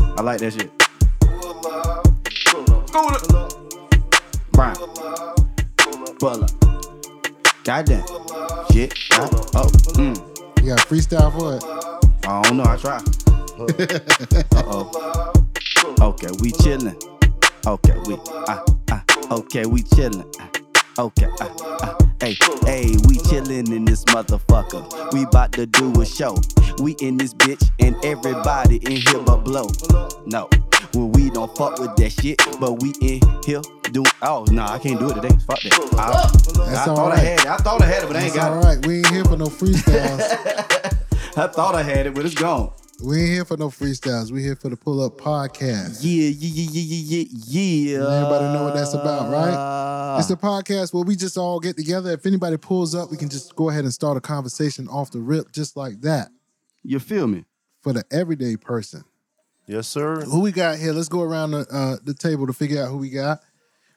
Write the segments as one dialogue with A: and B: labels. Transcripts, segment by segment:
A: I like that shit.
B: Scooter.
A: Brian. Butler. Goddamn. Shit. Right. Oh. Mm.
C: You got freestyle for it.
A: I don't know. I try. uh oh. Okay, we chillin'. Okay, we ah ah. Okay, we chillin'. Ah, okay, ah ah. Hey, hey, we chillin' in this motherfucker. We bout to do a show. We in this bitch and everybody in here but blow. No, well we don't fuck with that shit, but we in here do. Oh no, I can't do it today. Fuck that. I, I
C: That's
A: thought
C: all
A: I
C: right.
A: had it. I thought I had it, but I ain't
C: It's
A: got
C: all right. We ain't here for no freestyles.
A: it. I thought I had it, but it's gone.
C: we ain't here for no freestyles. We here for the pull up podcast.
A: Yeah, yeah, yeah, yeah, yeah, yeah.
C: And everybody know what that's about,
A: right?
C: It's a podcast where we just all get together. If anybody pulls up, we can just go ahead and start a conversation off the rip, just like that,
A: you feel me?
C: for the everyday person.
B: Yes, sir.
C: Who we got here? Let's go around the, uh, the table to figure out who we got.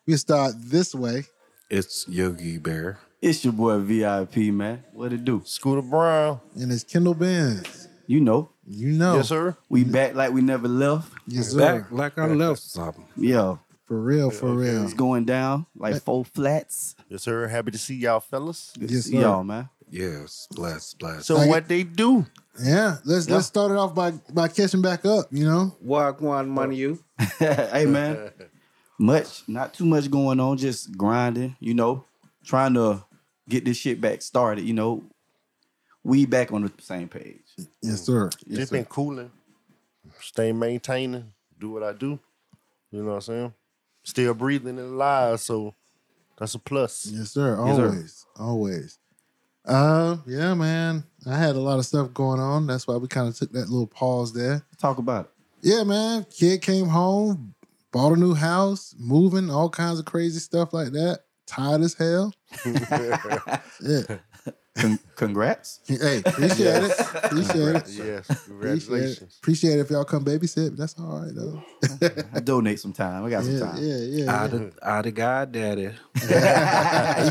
C: We start this way.
B: It's Yogi Bear.
A: It's your boy VIP, man. What it do?
B: Scooter Brown.
C: And it's Kendall Benz.
A: You know,
C: You know.
B: Yes, sir.
A: we back like we never left.
C: Yes, sir.
D: Back like I left something.
A: Yo,
C: For real, for real.
A: it's going down like four flats.
B: Yes, sir. Happy to see y'all, fellas.
C: Yes, sir.
A: Y'all, man.
D: Yes, bless, bless.
B: So
C: Thank
B: what they do?
C: Yeah. Let's
A: Yeah.
C: let's start it off by by catching back up, you know?
D: walk one money you.
A: hey, man. Much, not too much going on. Just grinding. You know, trying to get this shit back started. You know, we back on the same page.
C: Yes, sir.
A: Yes,
B: Just
A: sir.
B: been cooling, stay maintaining, do what I do. You know what I'm saying? Still breathing and alive, so that's a plus.
C: Yes, sir.
A: Yes, sir.
C: Always. Always. Uh, yeah, man. I had a lot of stuff going on. That's why we kind of took that little pause there.
A: Talk about it.
C: Yeah, man. Kid came home, bought a new house, moving, all kinds of crazy stuff like that. Tired as hell. Yeah.
A: Con- congrats.
C: Hey, appreciate it. Appreciate it.
B: Yes,
C: Appreciate it.
B: congratulations.
C: Appreciate it if y'all come babysit. but That's all right though.
A: I donate some time. I got some
C: Yeah,
A: time.
C: yeah, yeah.
D: I
C: yeah.
D: the, I the god daddy.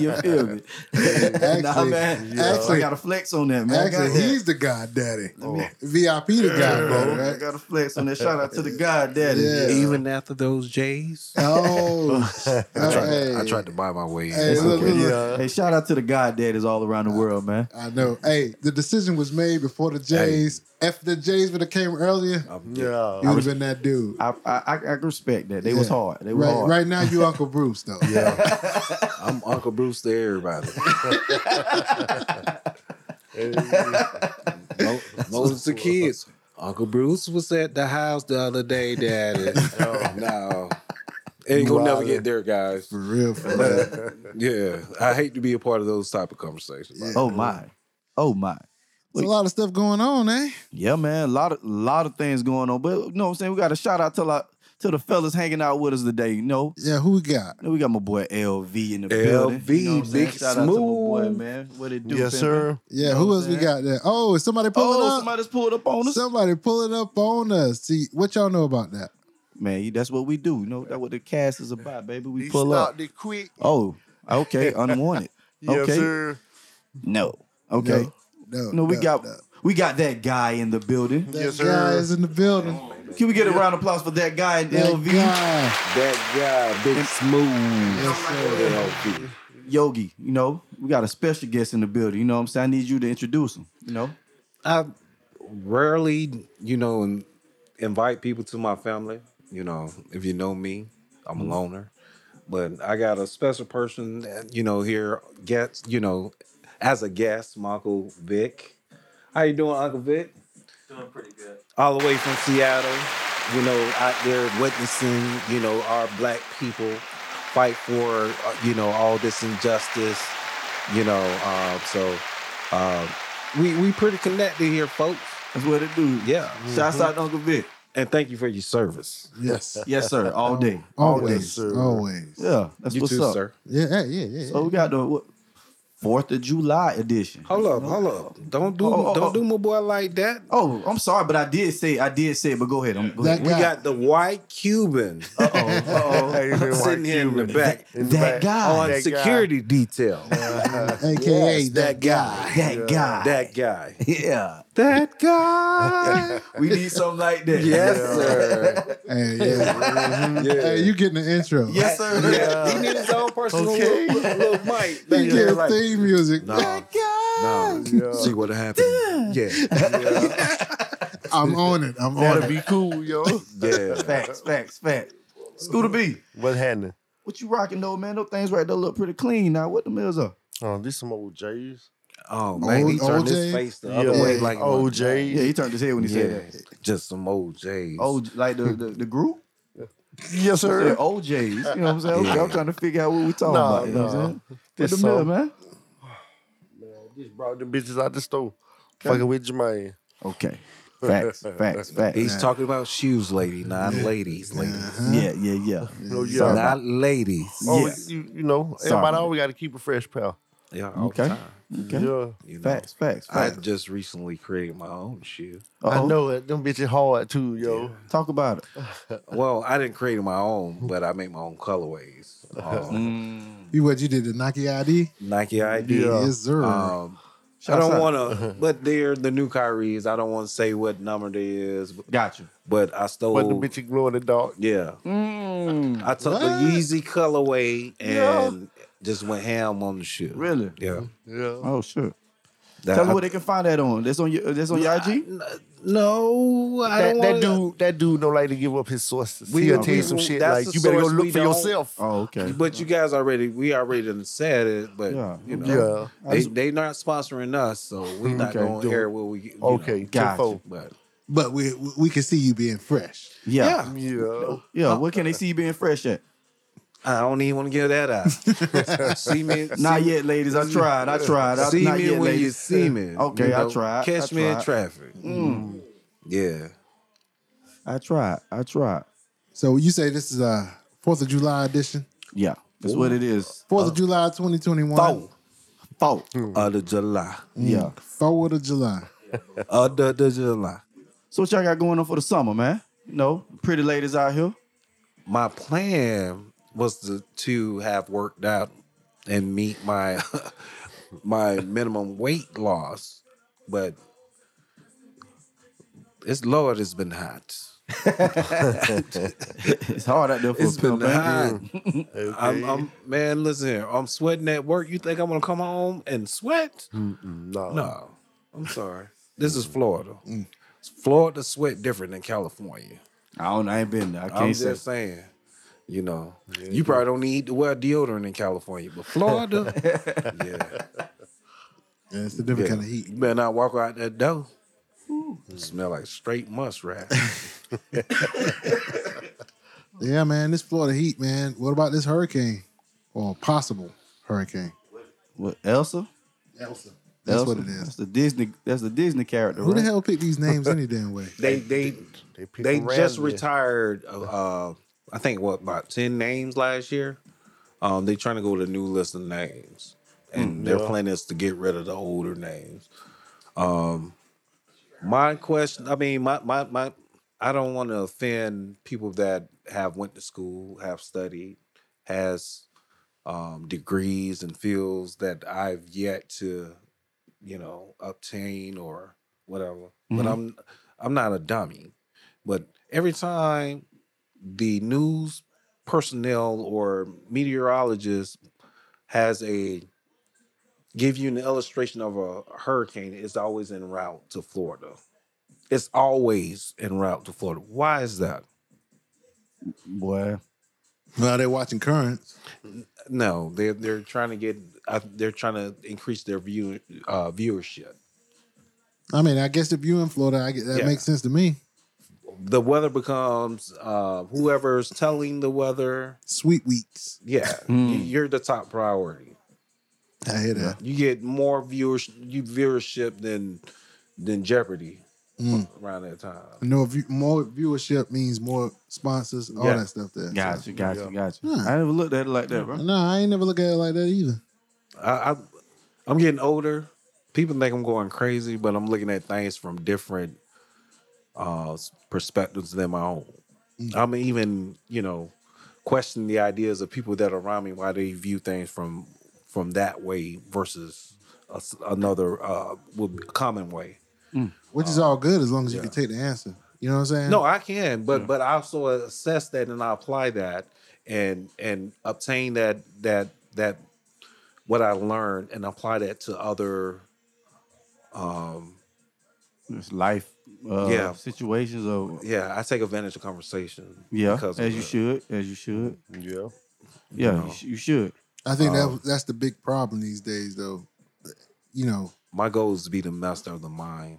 A: you feel me? nah,
C: Actually-
A: man.
C: actually-
A: I got to flex on that, man.
C: Actually,
A: Goddamn.
C: he's the god daddy.
B: Oh.
C: VIP the god daddy,
A: I
C: right?
A: got to flex on that. Shout out to the God Daddy.
C: Yeah.
D: Even after those J's,
C: Oh,
D: I tried,
C: hey.
D: I tried to buy my way. in.
C: Hey, look, look, look.
B: Yeah.
A: Hey, shout out to the God Daddies all around the world, man.
C: I know. Hey, the decision was made before the Jays. If the Jays would have came earlier,
B: Yeah.
C: you would have been that dude.
A: Oh, I I, I I respect that. They was
C: Yeah.
A: hard. They were
C: Right,
A: hard.
C: right now, you Uncle Bruce though.
B: Yeah.
D: I'm Uncle Bruce to everybody. Mo- Most of the kids. Uncle Bruce was at the house the other day, daddy. oh, no. Ain't gonna never get there, guys.
C: For real, for real.
D: Yeah, I hate to be a part of those type of conversations.
A: Oh my. Oh my.
C: There's a lot of stuff going on, eh?
A: Yeah, man. A lot of lot of things going on. But you know what I'm saying? We got a shout out to like to the fellas hanging out with us today. You know?
C: Yeah, who we got?
A: And We got my boy LV in the building.
D: LV,
A: You know what I'm saying?
D: big
A: Shout out to my boy,
D: smooth.
A: man. What it do?
B: Yes,
A: pimpin'?
B: sir.
C: Yeah,
A: Know
C: who
A: what
C: else we
A: I'm
C: got there? Oh, is somebody pulling
A: Oh,
C: up? Somebody,
A: somebody's pulled up on us.
C: pulling up on us. See what y'all know about that?
A: Man, that's what we do. You know, that's what the cast is about, baby. We
B: He
A: pull up.
B: stopped it quick.
A: Oh, okay. Unwanted.
B: Yes,
A: okay.
B: sir.
A: No. Okay.
C: No,
A: No, we
C: no,
A: got
C: no.
A: we got that guy in the building.
C: that
B: Yes, sir.
C: guy is in the building.
A: Can we get a round of applause for that guy in
C: That
A: LV?
C: guy.
D: That guy, big smooth.
C: Yes, sir.
D: LP.
A: Yogi, you know, we got a special guest in the building. You know what I'm saying? I need you to introduce him. You know?
D: I rarely, you know, in- invite people to my family. You know, if you know me, I'm a
E: Mm-hmm.
D: loner. But I got a special person, that, you know, here gets, you know, as a guest, my Uncle Vic. How you doing, Uncle Vic?
E: Doing pretty good.
D: All the way from Seattle, you know, out there witnessing, you know, our black people fight for, uh, you know, all this injustice, you know. Uh, so uh, we we pretty connected here, folks.
A: That's what it do.
D: Yeah. Mm-hmm.
A: Shouts out to Uncle Vic.
D: And thank you for your service.
C: Yes.
A: Oh, Yes, sir. All day.
C: Always.
B: sir.
C: Always.
A: Yeah. That's
D: you
A: what's
D: too,
A: up.
D: sir.
C: Yeah, yeah, yeah. yeah.
A: So we got the what, Fourth of July edition.
D: Hold up, hold up. Don't do
A: Oh, oh,
D: don't
A: oh.
D: do my boy like that.
A: Oh, I'm sorry, but I did say I did say it, but go ahead. I'm go
C: That
A: ahead.
D: We got the white Cuban
A: Uh-oh. Uh-oh.
D: sitting here in the back
A: That guy.
D: on
B: That guy.
D: security detail.
C: AKA
A: uh,
D: Yes,
C: that guy.
A: That guy.
D: That guy.
A: Ah, Yeah.
D: that guy.
A: We need something like that.
D: yes, sir.
C: Hey, yeah.
D: Yeah.
C: hey, you getting the intro?
A: Yes, sir.
D: He need his own personal
A: Okay.
D: little, little mic.
C: He
D: Yeah,
C: getting
D: right.
C: theme music.
D: No, no.
B: Yeah.
D: See what happened. Yeah,
C: I'm on it. I'm on
B: That'd
C: it.
B: be cool, yo.
D: yeah.
A: Facts, facts, facts. Scooter B,
B: What's happening?
A: what you rocking though, man? Those things right there look pretty clean. Now, what the mills are?
B: Oh, this some old J's.
D: Oh man, he
C: Old-
D: turned
C: OJ?
D: his face the other way like
B: old J's.
A: Yeah, he turned his head when he
D: Yeah,
A: said that.
D: just some old J's.
A: Oh, like the the, the group.
B: Yes,
A: I
B: sir.
A: said OJ's. You know what I'm saying? Okay,
D: Yeah.
A: I'm trying to figure out what we talking
B: Nah,
A: about. You know what I'm
B: nah.
A: saying? What
B: This
A: the mill,
B: song.
A: man?
B: Just brought them bitches out the store. Fucking with Jermaine.
A: Okay. Facts, facts, facts.
D: He's talking about shoes, lady, not ladies, ladies,
A: Yeah, yeah, yeah.
B: No, yeah.
D: not ladies.
B: Oh,
A: Yes.
B: you, you know,
A: Sorry.
B: everybody always got to keep a fresh pal.
D: Yeah, all the
A: Okay.
D: time,
A: Okay.
B: Yeah.
D: you know.
A: Facts, facts,
D: I
A: facts.
D: just recently created my own shoe.
A: Uh-oh.
B: I know it. Them bitches hard too, yo.
A: Talk about it.
D: Well, I didn't create my own, but I made my own colorways. Um,
C: You what you did the Nike ID?
D: Nike ID.
B: Yeah.
C: Yes, sir.
D: Um, I
A: Shouts
D: don't
A: out.
D: want to, but they're the new Kyrie's. I don't want to say what number they is, but,
A: Got you.
D: but I stole.
B: But the bitches glow in the dark.
D: yeah,
A: Mm,
D: I took the
C: What?
D: Yeezy colorway
B: Yeah.
D: and just went ham on the shoe.
A: really?
D: Yeah.
B: Yeah.
A: Oh, sure.
D: That-
A: Tell me
D: I-
A: where they can find that on. That's on your. That's on your IG.
D: No, I
B: That,
D: don't
B: that
D: wanna-
B: dude, that dude don't like to give up his sources.
D: We-
B: He'll tell
D: we-
B: you some shit like
D: that's the
B: you better go
D: source
B: look
D: we
B: for
D: don't-
B: yourself.
A: Oh, okay.
D: But you guys already, we already done said it, but
A: Yeah. Mm,
D: you know,
B: Yeah.
D: they they not sponsoring us, so we're not
B: Okay,
D: gonna
B: do it.
D: hear what we. you know,
B: Okay,
A: Got
B: tenfold.
D: but
C: but we we- we can see you being fresh.
A: Yeah.
D: yeah.
B: Yeah.
A: Yeah. What can they see you being fresh at?
D: I don't even want to give that out. see me, see,
A: Not yet, ladies. I tried. I tried. I,
D: see
A: not
D: me
A: yet,
D: when you
A: ladies.
D: see me.
A: Okay,
D: you
A: I tried, I
D: Catch me in
A: tried. Mm.
D: traffic. Yeah,
A: I tried. I tried.
C: So you say this is a Fourth of July edition?
A: Yeah. That's what it is.
C: Fourth of July, twenty twenty one.
D: four
A: Fault.
D: of the July,
A: Yeah.
C: Fourth of July.
D: of the, the July.
A: So what y'all got going on for the summer, man? You know, pretty ladies out here.
D: my plan was to, to have worked out and meet my my minimum weight loss, but it's Lord, it's been hot.
A: It's hard out there for
D: It's
A: a
D: been
A: pimp, man.
D: hot.
B: Okay.
D: I'm, I'm man, listen here. I'm sweating at work. You think I'm gonna come home and sweat?
B: no.
D: No, I'm sorry. This is Florida. Florida sweat different than California.
A: I don't. know. I ain't been there. I can't
D: I'm
A: say.
D: just saying. You know, you probably don't need to wear deodorant in California, but Florida, yeah,
C: Yeah, it's a different
D: yeah.
C: kind of heat.
D: You better not walk out that door. Smell like straight must rat.
C: Yeah, man, this Florida heat, man. What about this hurricane or possible hurricane?
A: What Elsa?
C: Elsa. That's
A: Elsa?
C: what it
A: That's
C: is.
A: the Disney. That's the Disney character.
C: Who the
A: right?
C: hell picked these names any damn way?
D: they they
B: They, pick
D: they
B: around
D: just
B: you.
D: retired. Uh, I think what about ten names last year. Um, they trying to go to new list of names, and their
B: Hmm, Yeah.
D: plan is to get rid of the older names. Um, my question, I mean, my my my, I don't want to offend people that have went to school, have studied, has um, degrees and fields that I've yet to, you know, obtain or whatever. But I'm I'm not a dummy. But every time the news personnel or meteorologist has a give you an illustration of a hurricane, it's always en route to Florida. It's always en route to Florida. Why is that?
A: Boy.
C: Well, they're watching currents.
D: No, they're they're trying to get uh, they're trying to increase their view uh, viewership.
C: I mean, I guess if you're in Florida, I get, that
D: Yeah.
C: makes sense to me.
D: The weather becomes uh, whoever's telling the weather.
C: Sweet weeks.
D: Yeah,
A: Hmm.
D: you- you're the top priority.
C: I hear that.
D: You get more viewers you viewership than than Jeopardy
C: Hmm.
D: around that time.
C: Mm. I know if you, more viewership means more sponsors, all
D: Yeah.
C: that stuff there.
A: Got you. Got you. Got you.
C: Hmm.
A: I never looked at it like that,
C: So-
A: bro.
C: No, I ain't never look at it like that either.
D: I, I I'm getting older. People think I'm going crazy, but I'm looking at things from different uh s- perspectives than my own. I'm even, you know, questioning the ideas of people that are around me why they view things from from that way versus a s another uh would be- common way.
C: Which is all good as long as you can take the answer. You know what I'm saying?
D: No, I can, but but I also assess that and I apply that and and obtain that that that what I learned and apply that to other um
A: It's life uh,
D: Yeah.
A: situations of
D: yeah, I take advantage of conversation.
A: yeah,
D: because of
A: as you
D: that.
A: should, as you should.
B: Yeah.
A: Yeah,
D: No.
A: you, sh- you should.
C: I think
D: Um,
C: that that's the big problem these days, though. You know,
D: My goal is to be the master of the mind.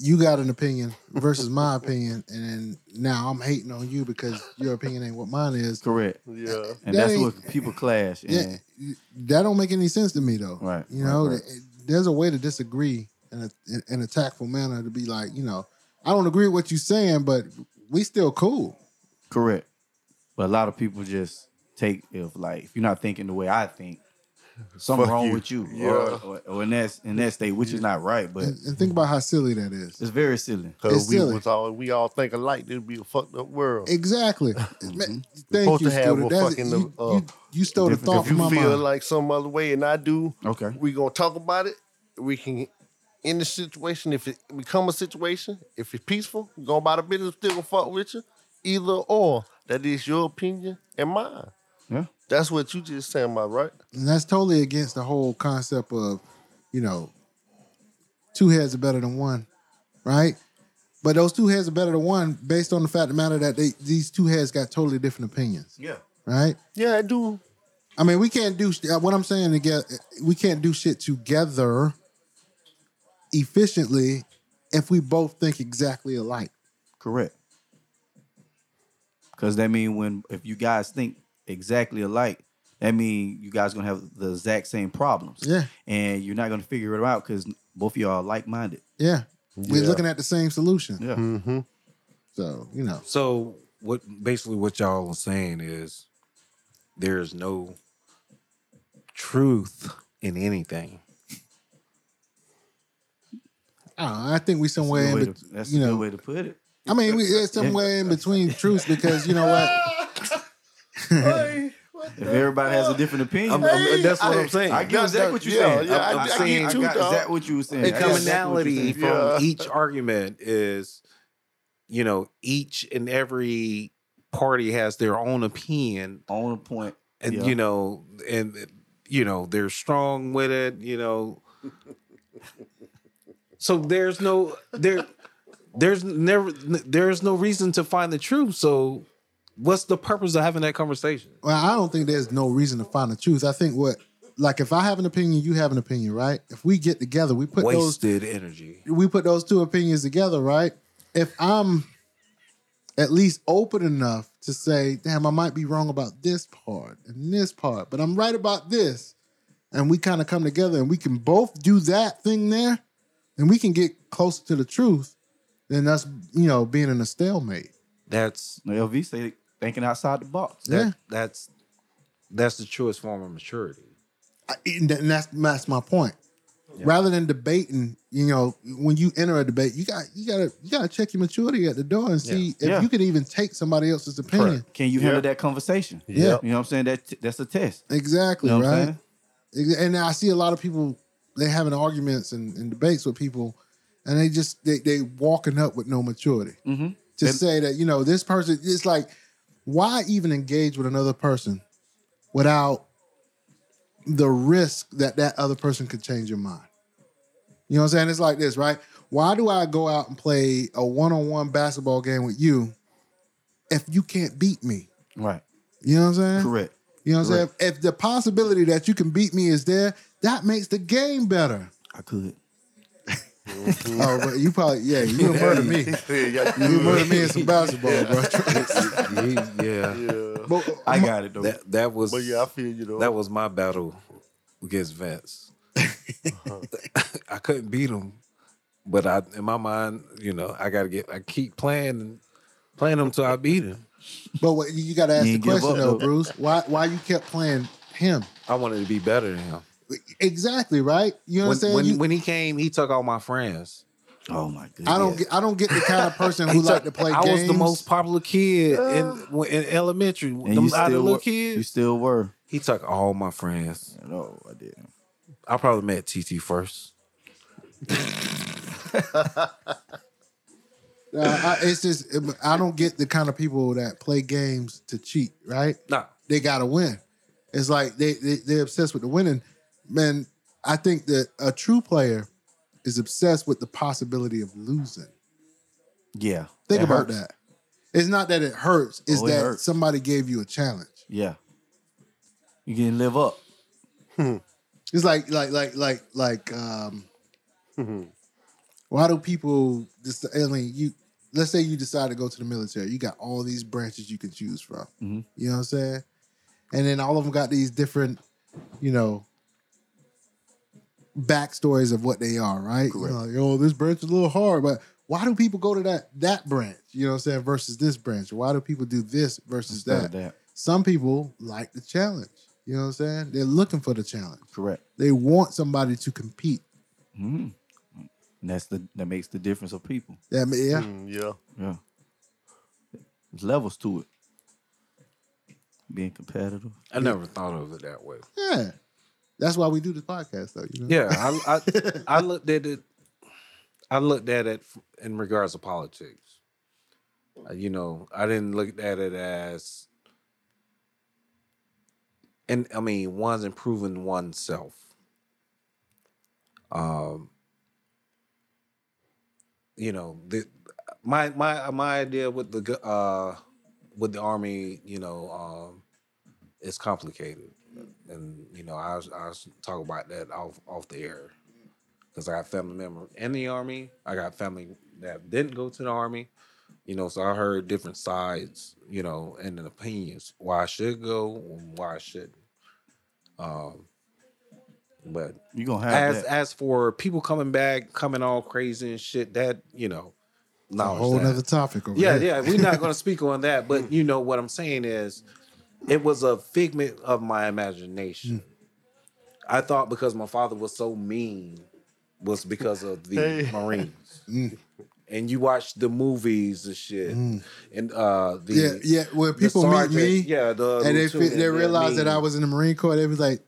C: you got an opinion versus my opinion, and then now I'm hating on you because your opinion ain't what mine is.
A: Correct.
B: Yeah.
A: And
C: That
A: that's
C: ain't-
A: what people clash.
C: Yeah,
A: and-
C: that don't make any sense to me, though.
A: Right,
C: You
A: right,
C: know,
A: right.
C: th- there's a way to disagree in a in, in a tactful manner to be like, you know, I don't agree with what you're saying, but we still cool.
A: Correct. But a lot of people just take if like if you're not thinking the way I think, something
B: Fuck
A: wrong
B: you.
A: with you.
B: Yeah.
A: Or, or, or in that in that state, which is not right, but
C: And, and think about how silly that is.
A: it's very silly.
B: Cause
C: It's
B: we
C: silly.
B: was all we all think alike. It'd be a fucked up world.
C: Exactly.
A: Mm-hmm.
C: Man, Thank
B: supposed
C: you,
B: to have
C: student.
B: a
C: That's,
B: fucking,
C: you,
B: uh,
C: you, you stole the
A: difference.
C: thought
B: if you
C: from my
B: feel
C: mind.
B: like some other way and I do,
A: Okay.
B: we gonna talk about it. We can end the situation if it become a situation. If it's peaceful, we go about a business, still gonna fuck with you. Either or, that is your opinion and mine.
A: Yeah.
B: That's what you just saying about, right?
C: And that's totally against the whole concept of, you know, two heads are better than one, right? But those two heads are better than one based on the fact of the matter that they, these two heads got totally different opinions,
A: Yeah.
C: right?
B: Yeah, I do.
C: I mean, we can't do sh- what I'm saying together. We can't do shit together efficiently if we both think exactly alike.
A: Correct. Cause that mean when if you guys think exactly alike, that mean you guys gonna have the exact same problems.
C: Yeah.
A: And you're not gonna figure it out because both of y'all are like minded.
C: Yeah, we're
B: Yeah.
C: looking at the same solution.
A: Yeah.
B: Mm-hmm.
C: So you know,
D: So what basically what y'all are saying is there is no truth in anything.
C: I, don't know, I think we somewhere in
A: Good way
C: bet-
A: to- that's
C: you
A: a
C: know.
A: good way to put it.
C: I mean, we, it's somewhere in between truths because you know what?
A: If everybody has a different opinion,
D: I'm- I'm- that's what I'm saying.
A: I get exactly what you're
B: Yeah,
A: saying.
B: yeah,
A: I'm,
B: I-
A: I'm
B: I get
A: saying
B: you,
A: I got
B: dog.
A: exactly what you were saying.
D: the
A: I got exactly what you're
D: commonality
A: saying.
D: from
B: Yeah.
D: each argument is, you know, each and every party has their own opinion,
A: on a point.
D: and
A: Yeah.
D: you know, and you know, they're strong with it, you know. so there's no there, there's never there's no reason to find the truth. So, what's the purpose of having that conversation?
C: Well, I don't think there's no reason to find the truth. I think what, like, if I have an opinion, you have an opinion, right? If we get together, we put those
D: Wasted energy.
C: we put those two opinions together, right? If I'm at least open enough to say, damn, I might be wrong about this part and this part, but I'm right about this, and we kind of come together and we can both do that thing there, and we can get closer to the truth than us, you know, being in a stalemate.
D: That's
A: Now, LV say thinking outside the box.
D: that,
C: Yeah.
D: that's that's the truest form of maturity.
C: I- and that- and that's that's my point. Rather than debating, you know, when you enter a debate, you got you gotta you gotta check your maturity at the door and see if
A: Yeah.
C: you can even take somebody else's opinion.
A: Can you handle that conversation?
C: Yeah.
A: You know what I'm saying? That that's a test.
C: Exactly,
A: You know what I'm
C: right?
A: saying?
C: Ex- And I see a lot of people they having arguments and, and debates with people, and they just they they walking up with no maturity
A: Mhm.
C: to
A: And-
C: say that you know this person. It's like why even engage with another person without the risk that that other person could change your mind. You know what I'm saying? It's like this, right? Why do I go out and play a one-on-one basketball game with you if you can't beat me?
A: Right.
C: You know what I'm saying?
A: Correct.
C: You know what I'm saying? If if the possibility that you can beat me is there, that makes the game better.
A: I could.
D: Mm.
C: Oh, but you probably yeah, you done murdered me. You murdered me in some basketball, bro.
D: yeah,
B: Yeah.
C: But
A: I got it though.
D: that that was
B: But yeah, I feel you though.
D: that was my battle against Vince.
B: Uh-huh.
D: I couldn't beat him, but I in my mind, you know, I gotta get. I keep playing, playing him till I beat him.
C: but what, you got to ask
A: You
C: the
A: ain't give
C: question
A: up, though.
C: though, Bruce. Why why you kept playing him?
D: I wanted to be better than him.
C: Exactly right. You know what I'm
D: When,
C: saying?
D: when,
C: You-
D: when he came, he took all my friends.
A: oh my goodness.
C: I don't get I don't get the kind of person who like to play
D: I
C: games.
D: was the most popular kid in, in elementary.
A: And
D: Them
A: you
D: out of
A: still
D: little
A: were, you
D: kids,
A: still were. Oh,
D: he took all my friends.
A: No, I didn't.
D: I probably met TT first.
C: Uh, I, it's just I don't get the kind of people that play games to cheat. Right?
D: Nah.
C: They gotta win. It's like they, they they're obsessed with the winning. Man, I think that a true player is obsessed with the possibility of losing.
A: Yeah.
C: Think
A: It
C: about
A: hurts.
C: that. It's not that it hurts. It's
A: Oh, it
C: that
A: hurts.
C: somebody gave you a challenge.
A: Yeah. You can live up.
C: It's like like like like like um why do people just I mean, you let's say you decide to go to the military, you got all these branches you can choose from.
A: Mhm.
C: You know what I'm saying? And then all of them got these different, you know, backstories of what they are, right? You know, like, oh, this branch is a little hard, but why do people go to that that branch? You know what I'm saying? Versus this branch. Why do people do this versus
A: Instead
C: that?
A: of that.
C: Some people like the challenge. You know what I'm saying? They're looking for the challenge.
A: Correct.
C: They want somebody to compete.
A: Mhm. And that's the that makes the difference of people.
C: That ma- yeah,
D: Hmm.
B: Mm, yeah.
A: Yeah. There's levels to it. Being competitive.
D: I never thought of it that way.
C: yeah. That's why we do this podcast, though. You know?
D: Yeah, I, I I looked at it. I looked at it f- in regards to politics. Uh, You know, I didn't look at it as, and I mean, one's improving oneself. Um, you know, the my my my idea with the go- uh with the army, you know, um, it's complicated and you know I was, I was talk about that off off the air because I got family members in the army. I got family that didn't go to the army, you know. So I heard different sides, you know, and the opinions why I should go and why I shouldn't. Um, but
A: You're gonna have
D: as
A: that.
D: as for people coming back, coming all crazy and shit, that you know,
C: a
D: no
C: whole nother topic. Over
D: yeah,
C: here.
D: yeah. We're not going to speak on that, but you know what I'm saying is, it was a figment of my
C: Mm.
D: imagination. I thought because my father was so mean was because of the
B: Hey.
D: Marines.
C: Mm.
D: And you watch the movies and shit,
C: Mm.
D: and uh, the
C: yeah, yeah. When
D: the
C: people meet
D: sergeant-
C: me,
D: yeah, the
C: and they fit,
D: lieutenant,
C: they
D: they're
C: realize that
D: mean.
C: I was in the Marine Corps, they was like,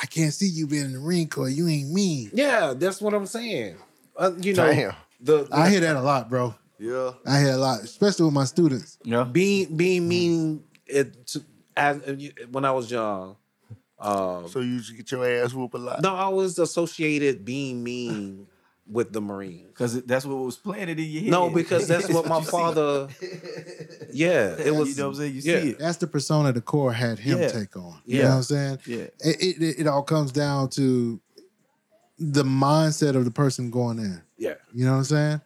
C: "I can't see you being in the Marine Corps. You ain't mean."
D: Yeah, that's what I'm saying. Uh, you know,
B: Damn.
D: the, the
C: I hear that a lot, bro.
B: Yeah.
C: I hear a lot, especially with my students.
A: yeah.
D: being
C: Mm.
D: being mean. It to, as when I was young, um,
B: So you should get your ass whooped a lot.
D: No, I was associated being mean with the Marines.
A: Because that's what was planted in your head.
D: No, because that's what my
A: you see.
D: father. Yeah, it was.
A: You know what I'm saying? You
D: yeah.
A: see it.
C: That's the persona the Corps had him
A: Yeah.
C: take on. You
D: Yeah.
C: know what I'm saying?
A: Yeah.
C: It, it it all comes down to the mindset of the person going in.
D: Yeah,
C: You know what I'm saying?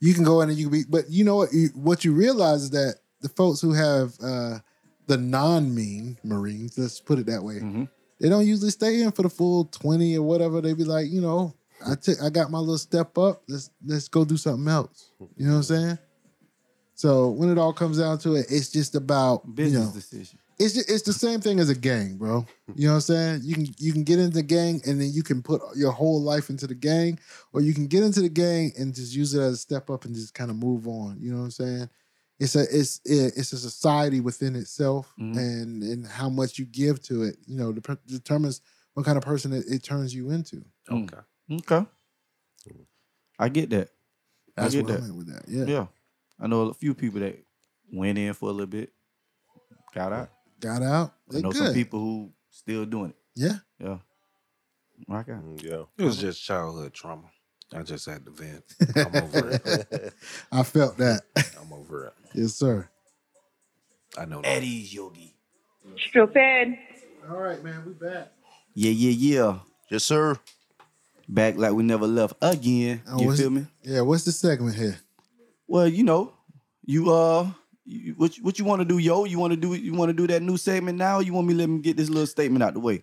C: You can go in and you can be, but you know what? You, what you realize is that the folks who have uh, the non-mean Marines, let's put it that way,
A: Mhm.
C: they don't usually stay in for the full twenty or whatever. They be like, you know, I took, I got my little step up. Let's let's go do something else. You know what I'm saying? So when it all comes down to it, it's just about
A: Business
C: You know,
A: decision.
C: it's ju- it's the same thing as a gang, bro. You know what I'm saying? You can you can get into the gang and then you can put your whole life into the gang, or you can get into the gang and just use it as a step up and just kind of move on. You know what I'm saying? It's a it's it, it's a society within itself,
A: Mhm.
C: and and how much you give to it, you know, dep- determines what kind of person it, it turns you into.
A: Mm.
D: okay.
A: Okay. I get that. I
C: That's
A: get
C: what I
A: that.
C: meant with that. Yeah,
A: Yeah. I know a few people that went in for a little bit, got out.
C: got out.
A: I
C: They
A: know
C: good.
A: some people who still doing it.
C: Yeah,
A: Yeah. Rock out.
B: Mm, Yeah.
D: It was just childhood trauma. I just had to vent. I'm over it.
C: I felt that.
D: I'm over it.
C: yes, sir.
D: I know. That.
A: Eddie Yogi.
E: Stupid.
C: All right, man, we back.
A: Yeah, yeah, yeah.
B: Yes, sir.
A: Back like we never left again.
C: Oh,
A: you
C: was
A: feel
C: it-
A: me?
C: Yeah, what's the segment here?
A: Well, you know, you uh, you, what you- what you want to do, yo? You want to do you want to do that new segment now? Or you want me to let me get this little statement out the way?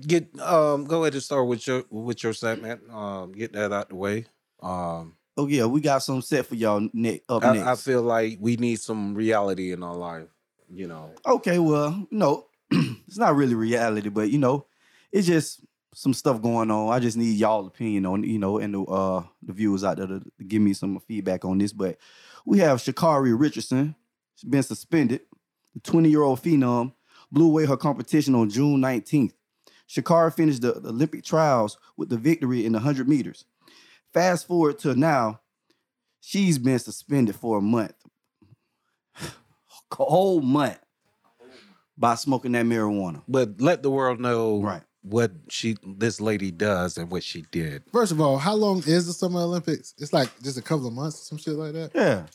D: Get um. Go ahead and start with your with your segment. Um. Get that out the way. Um.
A: Oh yeah, we got some set for y'all next up next.
D: I, I feel like we need some reality in our life. You know.
A: okay, well, no, it's not really reality, but you know, it's just some stuff going on. I just need y'all opinion on you know, and the uh the viewers out there to, to give me some feedback on this. But we have Shakari Richardson. She's been suspended. The 20 year old phenom blew away her competition on June 19th. Shakari finished the the Olympic trials with the victory in the 100 meters. Fast forward to now, she's been suspended for a month, a whole month, by smoking that marijuana.
D: But let the world know
A: Right.
D: what she this lady does and what she did.
C: First of all, how long is the Summer Olympics? It's like just a couple of months, some shit like that.
A: Yeah,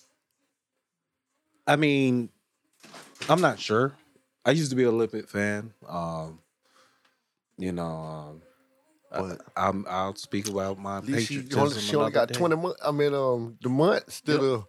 D: I mean, I'm not sure. I used to be a Olympic fan. Um, you know, um,
A: But-
D: I, I'm, I'll speak about my
B: At least she
D: patriotism.
B: only, she only
D: another
B: got
D: day.
B: 20 months. I mean, um, the month instead of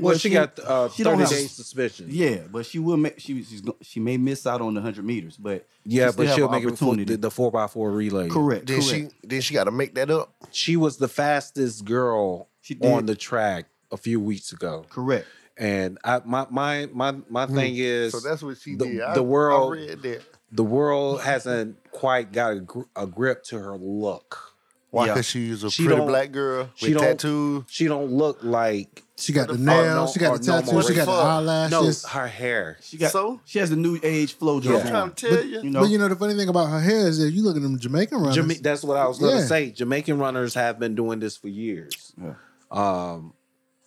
D: Well, she, got uh,
A: she don't
D: 30
A: have-
D: days suspension.
A: yeah, but she will make she she's, go- she may miss out on the hundred meters, but
D: Yeah,
A: still
D: but
A: have
D: she'll
A: an
D: make it for
A: opportunity.
D: the, the 4x4 relay.
A: correct,
B: then
A: correct.
B: she then she got to make that up.
D: She was the fastest girl
A: She did.
D: on the track a few weeks ago.
A: correct.
D: And I, my my my my thing is
B: So that's what she
D: the-
B: did. I,
D: the world-
B: I read that.
D: the world hasn't quite got a, gr- a grip to her look.
B: Why?
A: Yeah.
B: Because she's a
D: She
B: pretty
D: don't-
B: black girl
D: she
B: with
D: don't-
B: tattoos.
D: She don't look like
C: She got the
D: no-
C: nails, she got the
D: or no
C: tattoo,
D: more
C: she got the
B: race.
D: no
C: eyelashes.
D: her hair.
A: She got
B: So?
A: she has a new age flow
D: Yeah.
A: going
B: I'm
A: on.
B: trying to tell
A: You
B: you.
A: know,
C: But you know the funny thing about her hair is that you look at them Jamaican runners.
D: Jama- that's what I was going to
C: Yeah.
D: say. Jamaican runners have been doing this for years.
A: Yeah. Mm-hmm.
D: Um,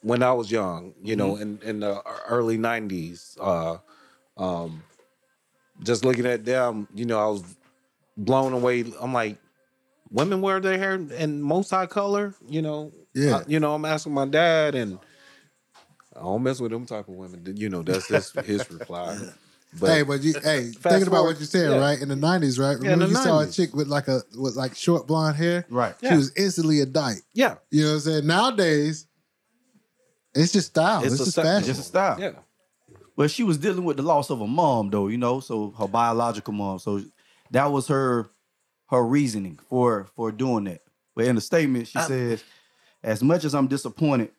D: when I was young, you know, in, in the e, early '90s, uh, um, just looking at them, you know, I was blown away. I'm like, women wear their hair in multi-color. You know,
C: Yeah.
D: I- you know, I'm asking my dad, and I don't mess with them type of women. You know, that's his, his reply. But
C: hey, but you hey, thinking about
D: forward-
C: what you said,
D: yeah.
C: right? In the nineties, right?
D: Yeah, in
C: Remember
D: the
C: you saw a
D: 90s.
C: chick with like a with like short blonde hair?
A: right?
C: She
D: Yeah.
C: was instantly a dyke.
D: yeah,
C: You know what I'm saying? Nowadays, it's just style. It's,
D: It's a
C: just
D: stu-
C: oh, fashion.
A: Just a style.
D: yeah.
A: Well, she was dealing with the loss of a mom, though, you know, so her biological mom. So that was her her reasoning for for doing that. But in the statement, she says, "As much as I'm disappointed,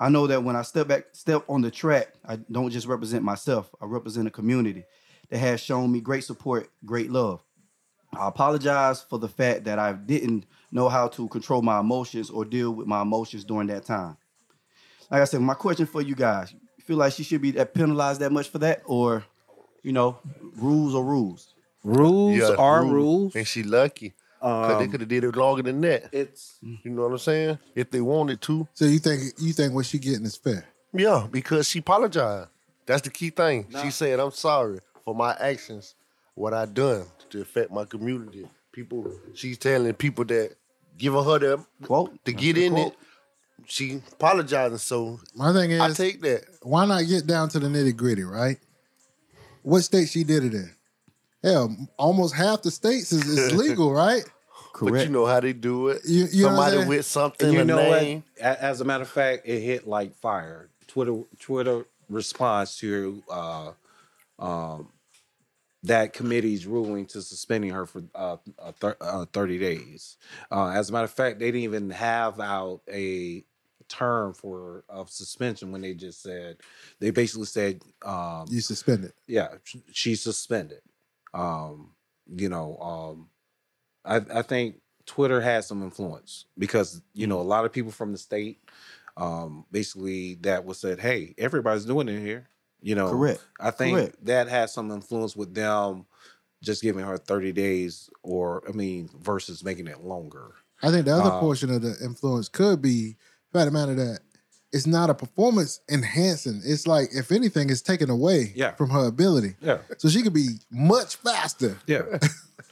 A: I know that when I step back, step on the track, I don't just represent myself. I represent a community that has shown me great support, great love. I apologize for the fact that I didn't know how to control my emotions or deal with my emotions during that time. Like I said, my question for you guys: you feel like she should be that penalized that much for that, or you know, rules or rules?
D: Rules
B: Yeah,
D: are
B: rules.
D: rules.
B: And she lucky. 'cause they
D: Um,
B: could have did it longer than that.
D: it's
B: You know what I'm saying? If they wanted to.
C: so you think you think what she getting is fair?
B: Yeah, because she apologized. That's the key thing.
D: Nah.
B: She said, I'm sorry for my actions, what I done to affect my community. People, she's telling people that giving her the
A: Quote
B: to get in it. She apologizing, so
C: My thing is
B: I take that.
C: why not get down to the nitty gritty, right? What state she did it in? Hell, almost half the states is, is legal, right?
A: Correct.
B: But you know how they do it.
C: You- you know what I'm
B: Somebody
C: saying?
B: with something,
D: And you
B: a
D: know
B: name.
D: what? A- As a matter of fact, it hit like fire. Twitter Twitter response to uh, um, that committee's ruling to suspending her for uh, uh, thir- uh, thirty days. Uh, as a matter of fact, they didn't even have out a term for of suspension when they just said they basically said um,
C: You suspend it.
D: yeah, sh- she's suspended. Um, you know, um, I, I think Twitter has some influence because you know a
A: Mm-hmm.
D: lot of people from the state, um, basically that was said, hey, everybody's doing it here. You know,
A: Correct.
D: I think
A: Correct.
D: that has some influence with them just giving her thirty days, or I mean, versus making it longer.
C: I think the other
D: Uh,
C: portion of the influence could be by the matter that it's not a performance enhancing. It's like if anything, it's taken away
D: Yeah.
C: from her ability.
D: Yeah,
C: So she could be much faster.
D: yeah.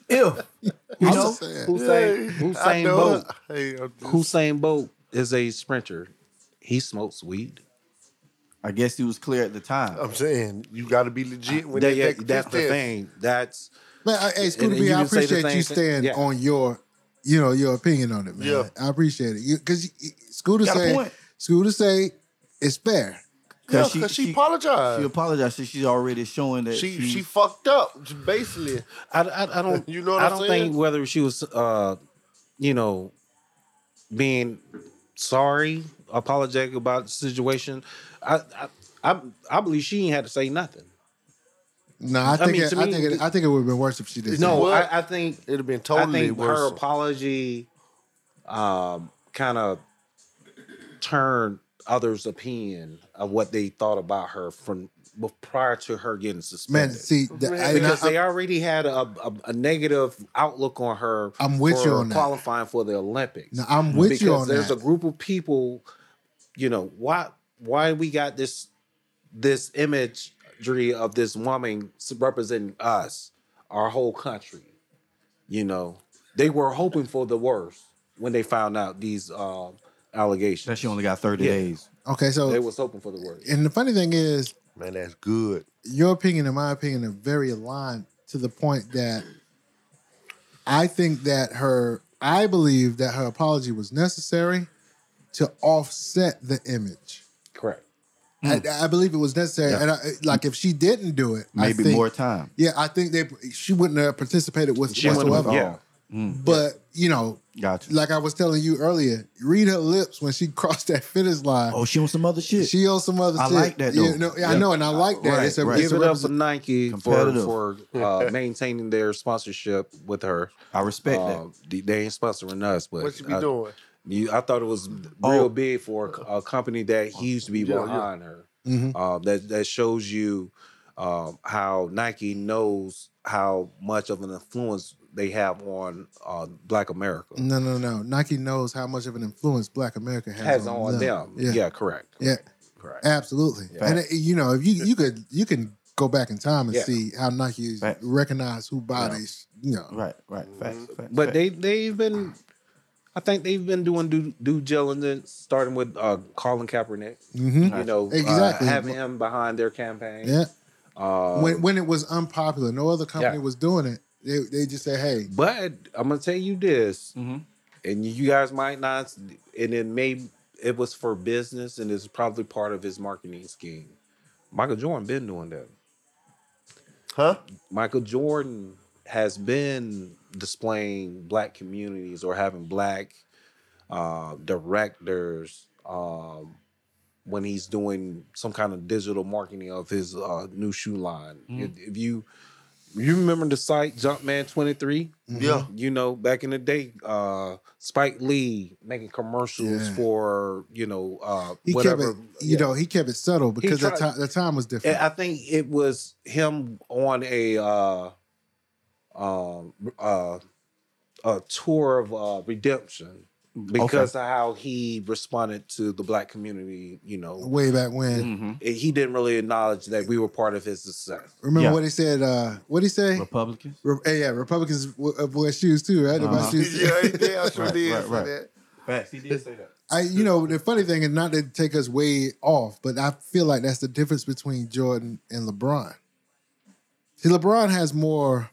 A: if you
C: I'm
A: know,
C: just saying.
B: Hey,
D: Hussein,
B: I
D: Hussein
B: know.
D: Bolt.
B: Hey, I'm just-
D: Hussein Bolt is a sprinter. He smokes weed.
A: I guess he was clear at the time.
B: I'm saying you got to be legit when
D: That-
B: they
D: yeah,
B: take
D: that's the
B: test.
D: thing. That's
C: Man, I, hey, Scooter
D: and
C: B,
D: you
C: I
D: can say the
C: appreciate
D: same
C: you
D: thing.
C: staying
D: Yeah.
C: on your, you know, your opinion on it, man.
B: Yeah.
C: I appreciate it because Scooter
A: Got a
C: say,
A: point.
C: Scooter say, it's fair.
B: Yeah,
A: 'Cause
B: 'cause she,
A: she,
B: apologized.
A: she apologized. so She's already showing that
B: she,
A: she's-
B: she fucked up basically.
D: I, I, I don't
B: You know what
D: I
B: I'm
D: don't
B: saying?
D: think whether she was uh you know being sorry, apologetic about the situation. I I I, I believe she ain't had to say nothing.
C: No, I think
D: mean,
C: it,
D: to
C: I
D: me-
C: think it, I think it would have been worse if she did.
D: No,
B: what?
D: I, I think
B: It'd have been
D: I
B: totally
D: think her
B: worse.
D: apology um kind of turned others' opinion of what they thought about her from well, prior to her getting suspended.
C: Man, see, the, I, and
D: because
C: I,
D: they already had a, a, a negative outlook on her.
C: I'm with
D: for
C: you on that.
D: qualifying for the Olympics.
C: No, I'm with you
D: because
C: on
D: there's
C: that.
D: a group of people. You know why? Why we got this this imagery of this woman representing us, our whole country. You know, they were hoping for the worst when they found out these um, allegations.
A: That she only got 30
D: Yeah.
A: days.
C: okay,
D: They
C: so
D: was hoping for the worst.
C: and the funny thing is,
B: Man, that's good.
C: your opinion and my opinion are very aligned to the point that I think that her, I believe that her apology was necessary to offset the image.
D: Correct.
C: I, I believe it was necessary,
A: Mm. Yeah.
C: and I, like if she didn't do it, I
A: Maybe
C: think-
A: more time.
C: Yeah, I think they she wouldn't have participated with
D: She wouldn't have-
C: whatsoever.
D: yeah. Mm.
C: But you know,
A: Gotcha.
C: like I was telling you earlier, read her lips when she crossed that finish line.
A: oh, she on some other shit.
C: She owes some other
A: I
C: shit.
A: like that, though.
C: You know, I know, and I like that.
A: Right,
C: It's a,
A: right.
C: it's
D: Give
C: a
D: it up for
C: represent-
D: Nike for
A: Competitive.
D: for uh, maintaining their sponsorship with her.
A: I respect
D: Uh, they they ain't sponsoring us, but uh,
B: What you be
D: I,
B: doing?
D: you- I thought it was real
A: Oh.
D: big for a, a company that used to be
B: Yeah, yeah.
D: behind her.
C: Mhm.
D: Um, that that shows you um, how Nike knows how much of an influence they have on uh, Black America
C: No, no, no. Nike knows how much of an influence Black America has,
D: has on them.
C: Yeah,
D: Yeah, correct.
C: yeah,
D: correct.
C: absolutely. And it, you know, if you you could you can go back in time and
D: Yeah.
C: see how Nike
A: Facts.
C: recognized who bodies. You know,
A: that. Right, right. Facts, facts,
D: But
A: facts.
D: they they've been, I think they've been doing due, due diligence, starting with uh, Colin Kaepernick.
C: Mhm.
D: You know,
C: Exactly.
D: uh, having him behind their campaign.
C: yeah.
D: Uh,
C: when when it was unpopular, no other company
D: Yeah.
C: was doing it. They they just said, hey,
D: but I'm gonna tell you this,
C: Mm-hmm.
A: Mhm.
D: and you guys might not, and it may it was for business, and it's probably part of his marketing scheme. Michael Jordan been doing that.
B: Huh?
D: Michael Jordan has been displaying black communities or having black uh, directors um, when he's doing some kind of digital marketing of his uh, new shoe line.
C: Mm-hmm.
D: If, if you you remember the site Jumpman Twenty Three,
C: Mm-hmm.
B: Yeah.
D: you know back in the day, uh, Spike Lee making commercials
C: Yeah.
D: for you know uh,
C: he
D: whatever
C: kept it, you know, he kept it subtle because that
D: tried-
C: time that time was different.
D: and I think it was him on a uh, um, uh, a tour of uh, redemption because of how he responded to the black community. You know,
C: way back when.
A: Mm. Mm-hmm.
D: he didn't really acknowledge that we were part of his success.
C: Remember
A: Yeah.
C: what he said? Uh, what he say?
A: Republicans.
C: Re- hey, yeah, Republicans w- uh, wear shoes too, right? They buy
A: Uh-huh.
C: shoes.
B: Yeah, yeah, I sure
A: Right,
B: did
A: right,
B: say
A: right.
B: that.
A: Facts. He did say that.
C: I, you know, the funny thing is not to take us way off, but I feel like that's the difference between Jordan and LeBron. See, LeBron has more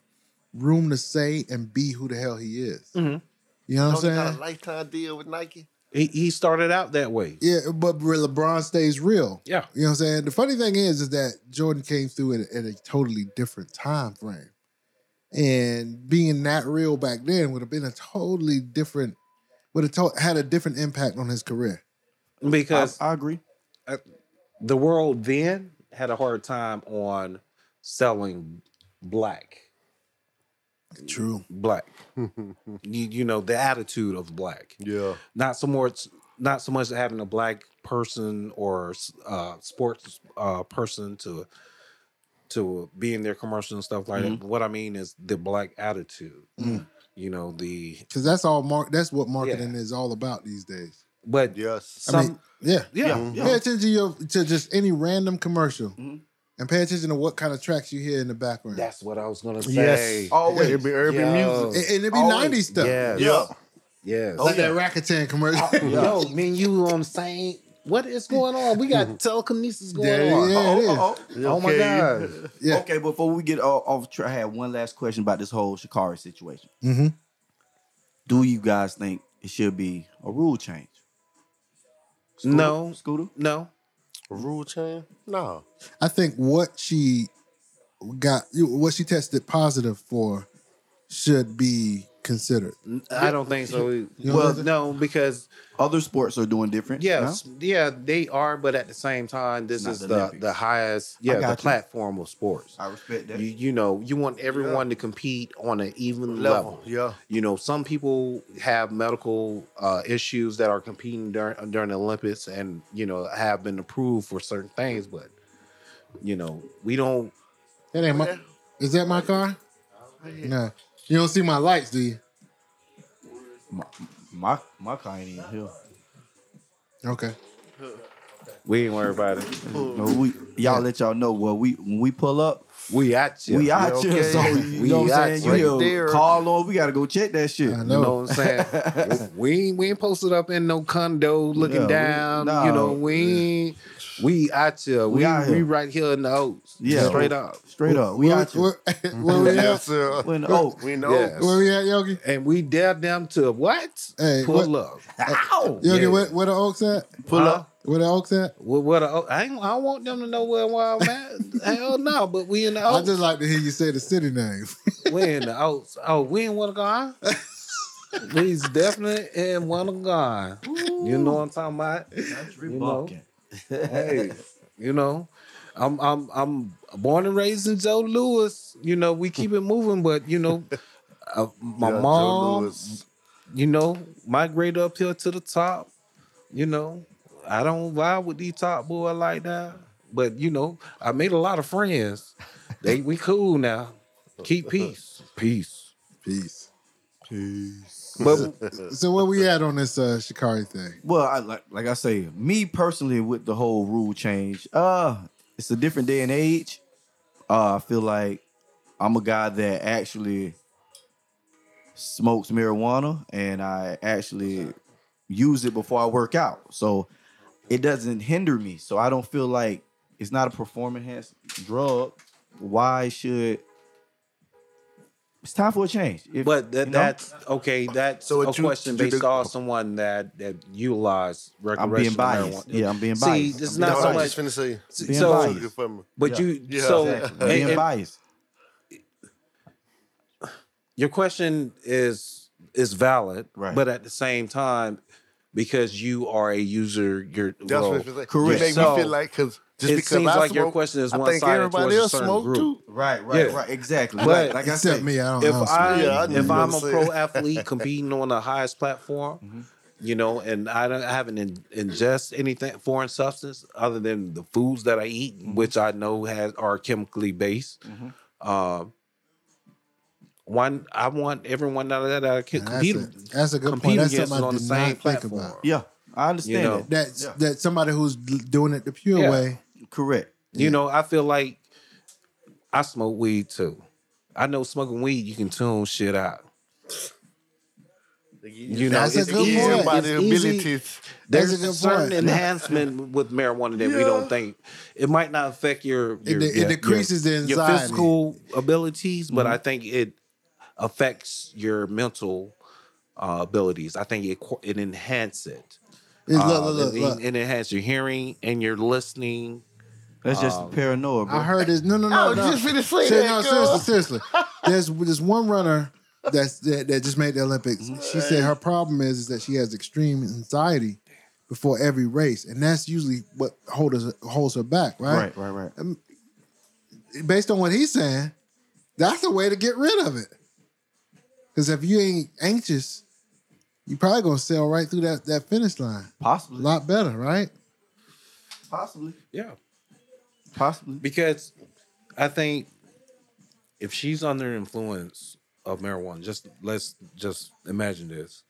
C: room to say and be who the hell he is. You know what I'm
B: Don't they
C: saying?
B: Oh, got a lifetime deal with Nike?
D: He, he started out that way.
C: Yeah, but where LeBron stays real.
D: Yeah.
C: You know what I'm saying? The funny thing is, is that Jordan came through at, at a totally different time frame. And being that real back then would have been a totally different, would have to- had a different impact on his career.
A: I,
D: Because
A: I agree.
D: the world then had a hard time on selling black.
C: True.
D: Black. you, you know, the attitude of black.
B: Yeah.
D: not so much not so much having a black person or uh sports uh person to to be in their commercial and stuff like
C: Mm-hmm.
D: that but what i mean is the black attitude
C: Mm.
D: you know the
C: Because that's all mar- that's what marketing
D: Yeah.
C: is all about these days.
D: but
B: Yes.
C: I
D: some
C: mean, yeah.
D: yeah, Mm-hmm.
A: Yeah.
C: Pay attention to, your, to just any random commercial and pay attention to what kind of tracks you hear in the background.
D: that's what i was gonna
B: Yes.
D: say
B: Always. It'd be urban
D: Yo.
B: music.
C: and, and Oh, it be
D: Always.
C: 90s stuff.
D: Yes.
B: Yeah.
D: yes
C: Like that Rakuten commercial.
D: yo me and you on the same what is going on we got telekinesis going
C: Yeah,
D: on
C: yeah, it is.
A: oh,
D: oh my
B: Okay.
D: god
C: Yeah.
A: Okay, before we get off, off track, I had one last question about this whole Shikari situation.
C: Mm-hmm.
A: Do you guys think it should be a rule change? Scooter?
D: No.
A: Scooter?
D: no
B: Rule chain? No.
C: I think what she got, what she tested positive for, should be considered.
D: I don't think so.
C: don't
D: Well,
C: think-
D: no, because
A: Other sports are doing different.
D: yes, yeah, they are, but at the same time, this
A: Not
D: is
A: the
D: the
A: Olympics.
D: the highest, yeah,
A: got
D: the
A: you.
D: platform of sports.
A: no? I respect that.
D: You you know, you want everyone to compete on an even
B: Level.
D: level.
B: Yeah.
D: You know, some people have medical uh, issues that are competing during during the Olympics, and you know have been approved for certain things, but you know we don't.
C: That ain't my.
B: Yeah.
C: Is that my car? No. You don't see my lights, do you?
A: my, my my car ain't even here.
C: Okay.
D: We ain't worry about it.
A: No, we y'all let y'all know what we when we pull up,
D: We at you.
A: we out
B: okay.
A: here. So you
D: We
A: know what
D: out
A: I'm saying?
D: right
A: you here,
B: there.
A: call on. We gotta go check that shit.
C: I
D: You
C: know.
D: know what I'm saying? we ain't we ain't posted up in no condo looking
A: Yeah, we-
D: down.
A: no.
D: You know, we ain't we out here. We,
A: We out
D: we
A: here.
D: right here in the oats.
A: Yeah.
D: Straight up.
A: Straight up, we
C: where,
A: out here.
C: where, where we
B: Yeah,
C: at?
B: sir.
A: We in the
D: oh,
A: Oak.
B: We know.
D: Yeah.
C: Where we at, Yogi?
D: And we dare them to what?
C: Hey,
D: Pull
C: what-
D: up.
A: Ow!
C: Yogi,
D: Yeah.
C: where, where the Oaks at?
A: Pull up.
C: Where the Oaks at?
D: What, what the oats? I, ain't, I don't want them to know where, where I'm at. Hell no, but we in the
C: I
D: oats.
C: just like to hear you say the city names.
D: we in the oats. Oh, we ain't want to go on. We's definitely in one of God. You know what I'm talking about?
A: Country
D: You know.
A: bumpkin.
D: hey, you know, I'm I'm I'm born and raised in Joe Lewis. You know, we keep it moving, but you know, uh, my
B: Yeah, Joe
D: mom,
B: Louis.
D: you know, migrated up here to the top. You know, I don't vibe with these top boy like that, but you know, I made a lot of friends. They we cool now. Keep peace. Peace.
C: Peace.
D: But
C: So where we at on this uh, Shikari thing?
A: Well, I like like I say, me personally with the whole rule change, uh, it's a different day and age. Uh, I feel like I'm a guy that actually smokes marijuana and I actually use it before I work out. So it doesn't hinder me. So I don't feel like it's not a performance enhanced drug. Why should it's time for a change. If-
D: But that,
A: you know,
D: that's okay. That's
B: So
D: a
B: what you-
D: question
B: you
D: based
B: do-
D: off someone that that utilized
A: I'm
D: recreational
A: being biased.
D: marijuana.
A: Yeah, I'm being
D: See,
A: biased.
D: this is
A: I'm
D: not
A: being
B: No,
D: so
B: I
A: biased.
B: was just
D: much-
B: finna say.
D: So,
A: Being
D: so-
A: biased.
B: Good for me.
D: but
A: Yeah.
D: you
B: Yeah,
D: so
A: Exactly.
D: and-
A: Being
D: and
A: biased.
D: your question is is valid,
A: Right.
D: but at the same time, because you are a user, you're
B: That's
D: well,
B: what I'm saying.
A: correct.
B: You make
D: So,
B: me feel like because just
D: it
B: because
D: seems
B: I
D: like
B: smoke,
D: your question is
B: I
D: one
B: think
D: sided
B: everybody
D: towards a
B: else
D: certain
B: smoke
D: group.
B: too.
A: Right, right,
D: Yeah.
A: right. Exactly.
D: But-
A: like, like I
C: Except
A: said,
C: me, I don't.
D: If
C: I don't
D: I
C: smoke.
B: Yeah, I
D: if
B: know
D: I'm a
B: what I'm
D: pro
B: saying.
D: athlete competing on the highest platform,
C: Mm-hmm.
D: you know, and I don't I haven't in, ingest anything foreign substance other than the foods that I eat,
C: Mm-hmm.
D: which I know has are chemically based. Um, one, I want everyone that I, that I
C: And
D: can
C: that's,
D: compete,
C: a, that's a good
D: compete
C: point. That's
D: against
C: something I
D: on the
C: did not
D: same
C: think
D: platform.
C: about.
A: Yeah, I understand
D: You know.
A: that.
C: That
A: Yeah.
C: that somebody who's l- doing it the pure
D: Yeah.
C: way.
A: Correct.
D: You know, I feel like I smoke weed too. I know smoking weed, you can tune shit out. You know,
C: That's a
D: it's
C: good
D: easy.
C: point.
B: by
D: It's
B: the
D: easy.
B: abilities.
D: There's
C: That's a good
D: certain
C: point.
D: enhancement with marijuana that we don't
B: Yeah.
D: think it might not affect your, your
C: de- it
D: your-
C: decreases
D: your,
C: the
D: your
C: anxiety. Mm-hmm.
D: physical abilities, but I think it affects your mental uh, abilities. I think it qu- it enhances it.
C: It's-
D: Uh,
C: look, look,
D: it,
C: look, look.
D: it enhances your hearing and your listening.
A: That's just
D: Um,
A: paranoia, bro.
C: I heard this. No, no,
B: I
C: no,
B: was
C: no.
B: Oh, just finna say
C: Ser-
B: that,
C: no,
B: girl.
C: seriously, seriously. There's there's one runner that's that, that just made the Olympics.
D: Mm-hmm.
C: She said her problem is, is that she has extreme anxiety before every race, and that's usually what holds us, holds her back, right?
A: right, right, right.
C: Based on what he's saying, that's a way to get rid of it. Because if you ain't anxious, you probably gonna sail right through that that finish line. A
A: Possibly.
C: lot better, right?
A: Possibly.
D: Yeah,
A: Possibly.
D: because I think if she's under influence of marijuana, just let's just imagine this.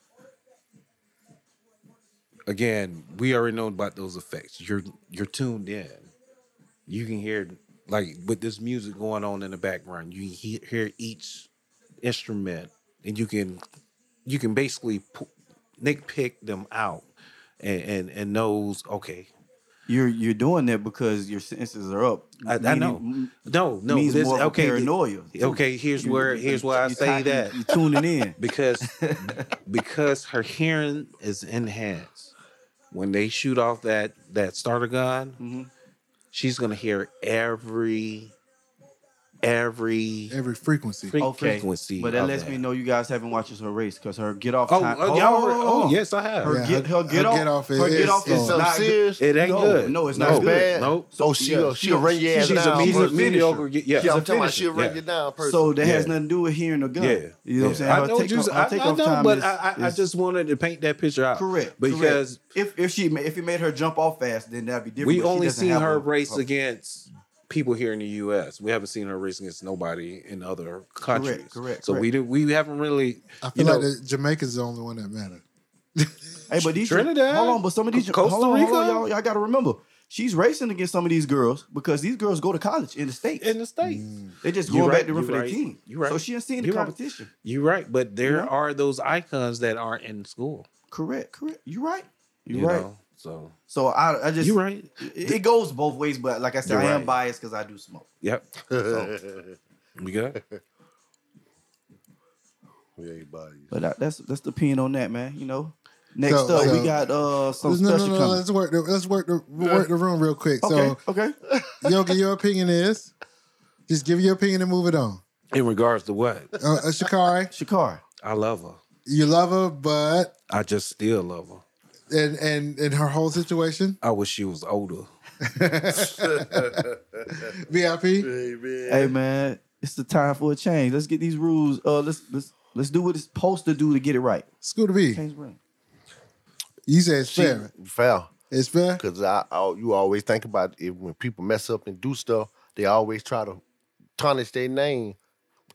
D: Again, we already know about those effects. You're you're tuned in. You can hear like with this music going on in the background. You can he- hear each instrument, and you can you can basically p- nitpick them out, and and, and knows okay.
A: You're you're doing that because your senses are up.
D: I, I
A: Meaning-
D: know. No, no.
A: means
D: this-
A: more of a
D: okay,
A: paranoia.
D: Okay, here's where here's why I
A: You
D: say
A: tight-
D: that
A: You tuning in.
D: because because her hearing is enhanced. When they shoot off that
A: Mm-hmm.
D: that starter gun, she's gonna hear every every
C: Every frequency.
D: Fre-
A: Okay,
D: frequency
A: but that
D: of
A: lets
D: that.
A: me know you guys haven't watched her race because her get off
D: Oh,
A: time.
D: oh, yeah, oh, oh, yes, I have.
A: Her,
C: Yeah,
A: get, her,
C: her-
A: get,
C: her
A: off,
C: get off is-
A: her get
C: is
A: off
B: It's
A: is
C: slow.
B: something
A: not good.
B: serious.
D: It ain't
A: No,
D: good.
A: no, it's
D: no,
A: not
B: good.
D: Bad. Nope.
B: So she'll she'll
A: she-
B: run your ass
A: she's
B: down.
A: a
D: She's
A: mediocre
D: a
B: person.
D: mediocre.
A: finisher.
D: Yeah,
B: Yeah, I'm
A: a
B: talking about she'll
A: finisher.
B: run
D: Yeah.
B: you down. Person.
A: So that has
D: Yeah.
A: nothing to do with hearing a gun.
D: Yeah,
A: You know what I'm saying?
D: I
A: Her
D: know,
A: take
D: Juice,
A: off- her
D: I,
A: take
D: I
A: off
D: know,
A: time
D: but
A: is-
D: I, I- I
A: is-
D: just wanted to paint that picture out.
A: correct
D: because
A: correct. if if she ma- if it made her jump off fast, then that'd be different.
D: we
A: but she
D: only
A: doesn't
D: seen
A: have
D: her
A: a-
D: race
A: a-
D: against people here in the U.S. We haven't seen her race against nobody in other countries.
A: correct,
D: So we
A: correct.
D: do, we haven't really.
C: I feel
D: you know,
C: like the Jamaica's the only one that mattered.
A: Hey, but these
D: Trinidad,
A: Hold on, but some of these
D: Costa
A: hold on, hold on,
D: Rica?
A: y'all, y'all got to remember. She's racing against some of these girls because these girls go to college in the states.
D: in the states.
A: they just
D: You
A: going
D: right,
A: back to run
D: you
A: for their
D: right,
A: team.
D: you right.
A: So she ain't seen the
D: You right.
A: competition.
D: You're right, but there
A: Yeah.
D: are those icons that aren't in school.
A: Correct, correct. You right. You,
D: You
A: right.
D: know, so
A: So I, I just
D: you right.
A: It, it goes both ways, but like I said,
D: You're
A: I am
D: right.
A: biased because I do smoke.
D: Yep, we good.
B: Yeah, buddy.
A: But that, that's that's the pin on that, man. You know. Next
C: So,
A: up, we
C: so-
A: got uh some
C: no, no,
A: special
C: no, no.
A: coming.
C: Let's work. The, let's work the work the room real quick.
A: Okay, okay.
C: So, Yogi, your opinion is just give your opinion and move it on.
D: In regards to what,
C: Uh, uh, Shikari,
A: Shakar.
D: I love her.
C: you love her, but
D: I just still love her.
C: and and and her whole situation.
D: I wish she was older.
C: VIP.
B: Hey, man.
A: Hey man, it's the time for a change. Let's get these rules. Uh, let's let's let's do what it's supposed to do to get it right.
C: Scooter B.
A: Change brand.
C: You say it's
B: she
C: fair.
B: fell
C: It's fair.
B: because I, I you always think about it when people mess up and do stuff. They always try to tarnish their name.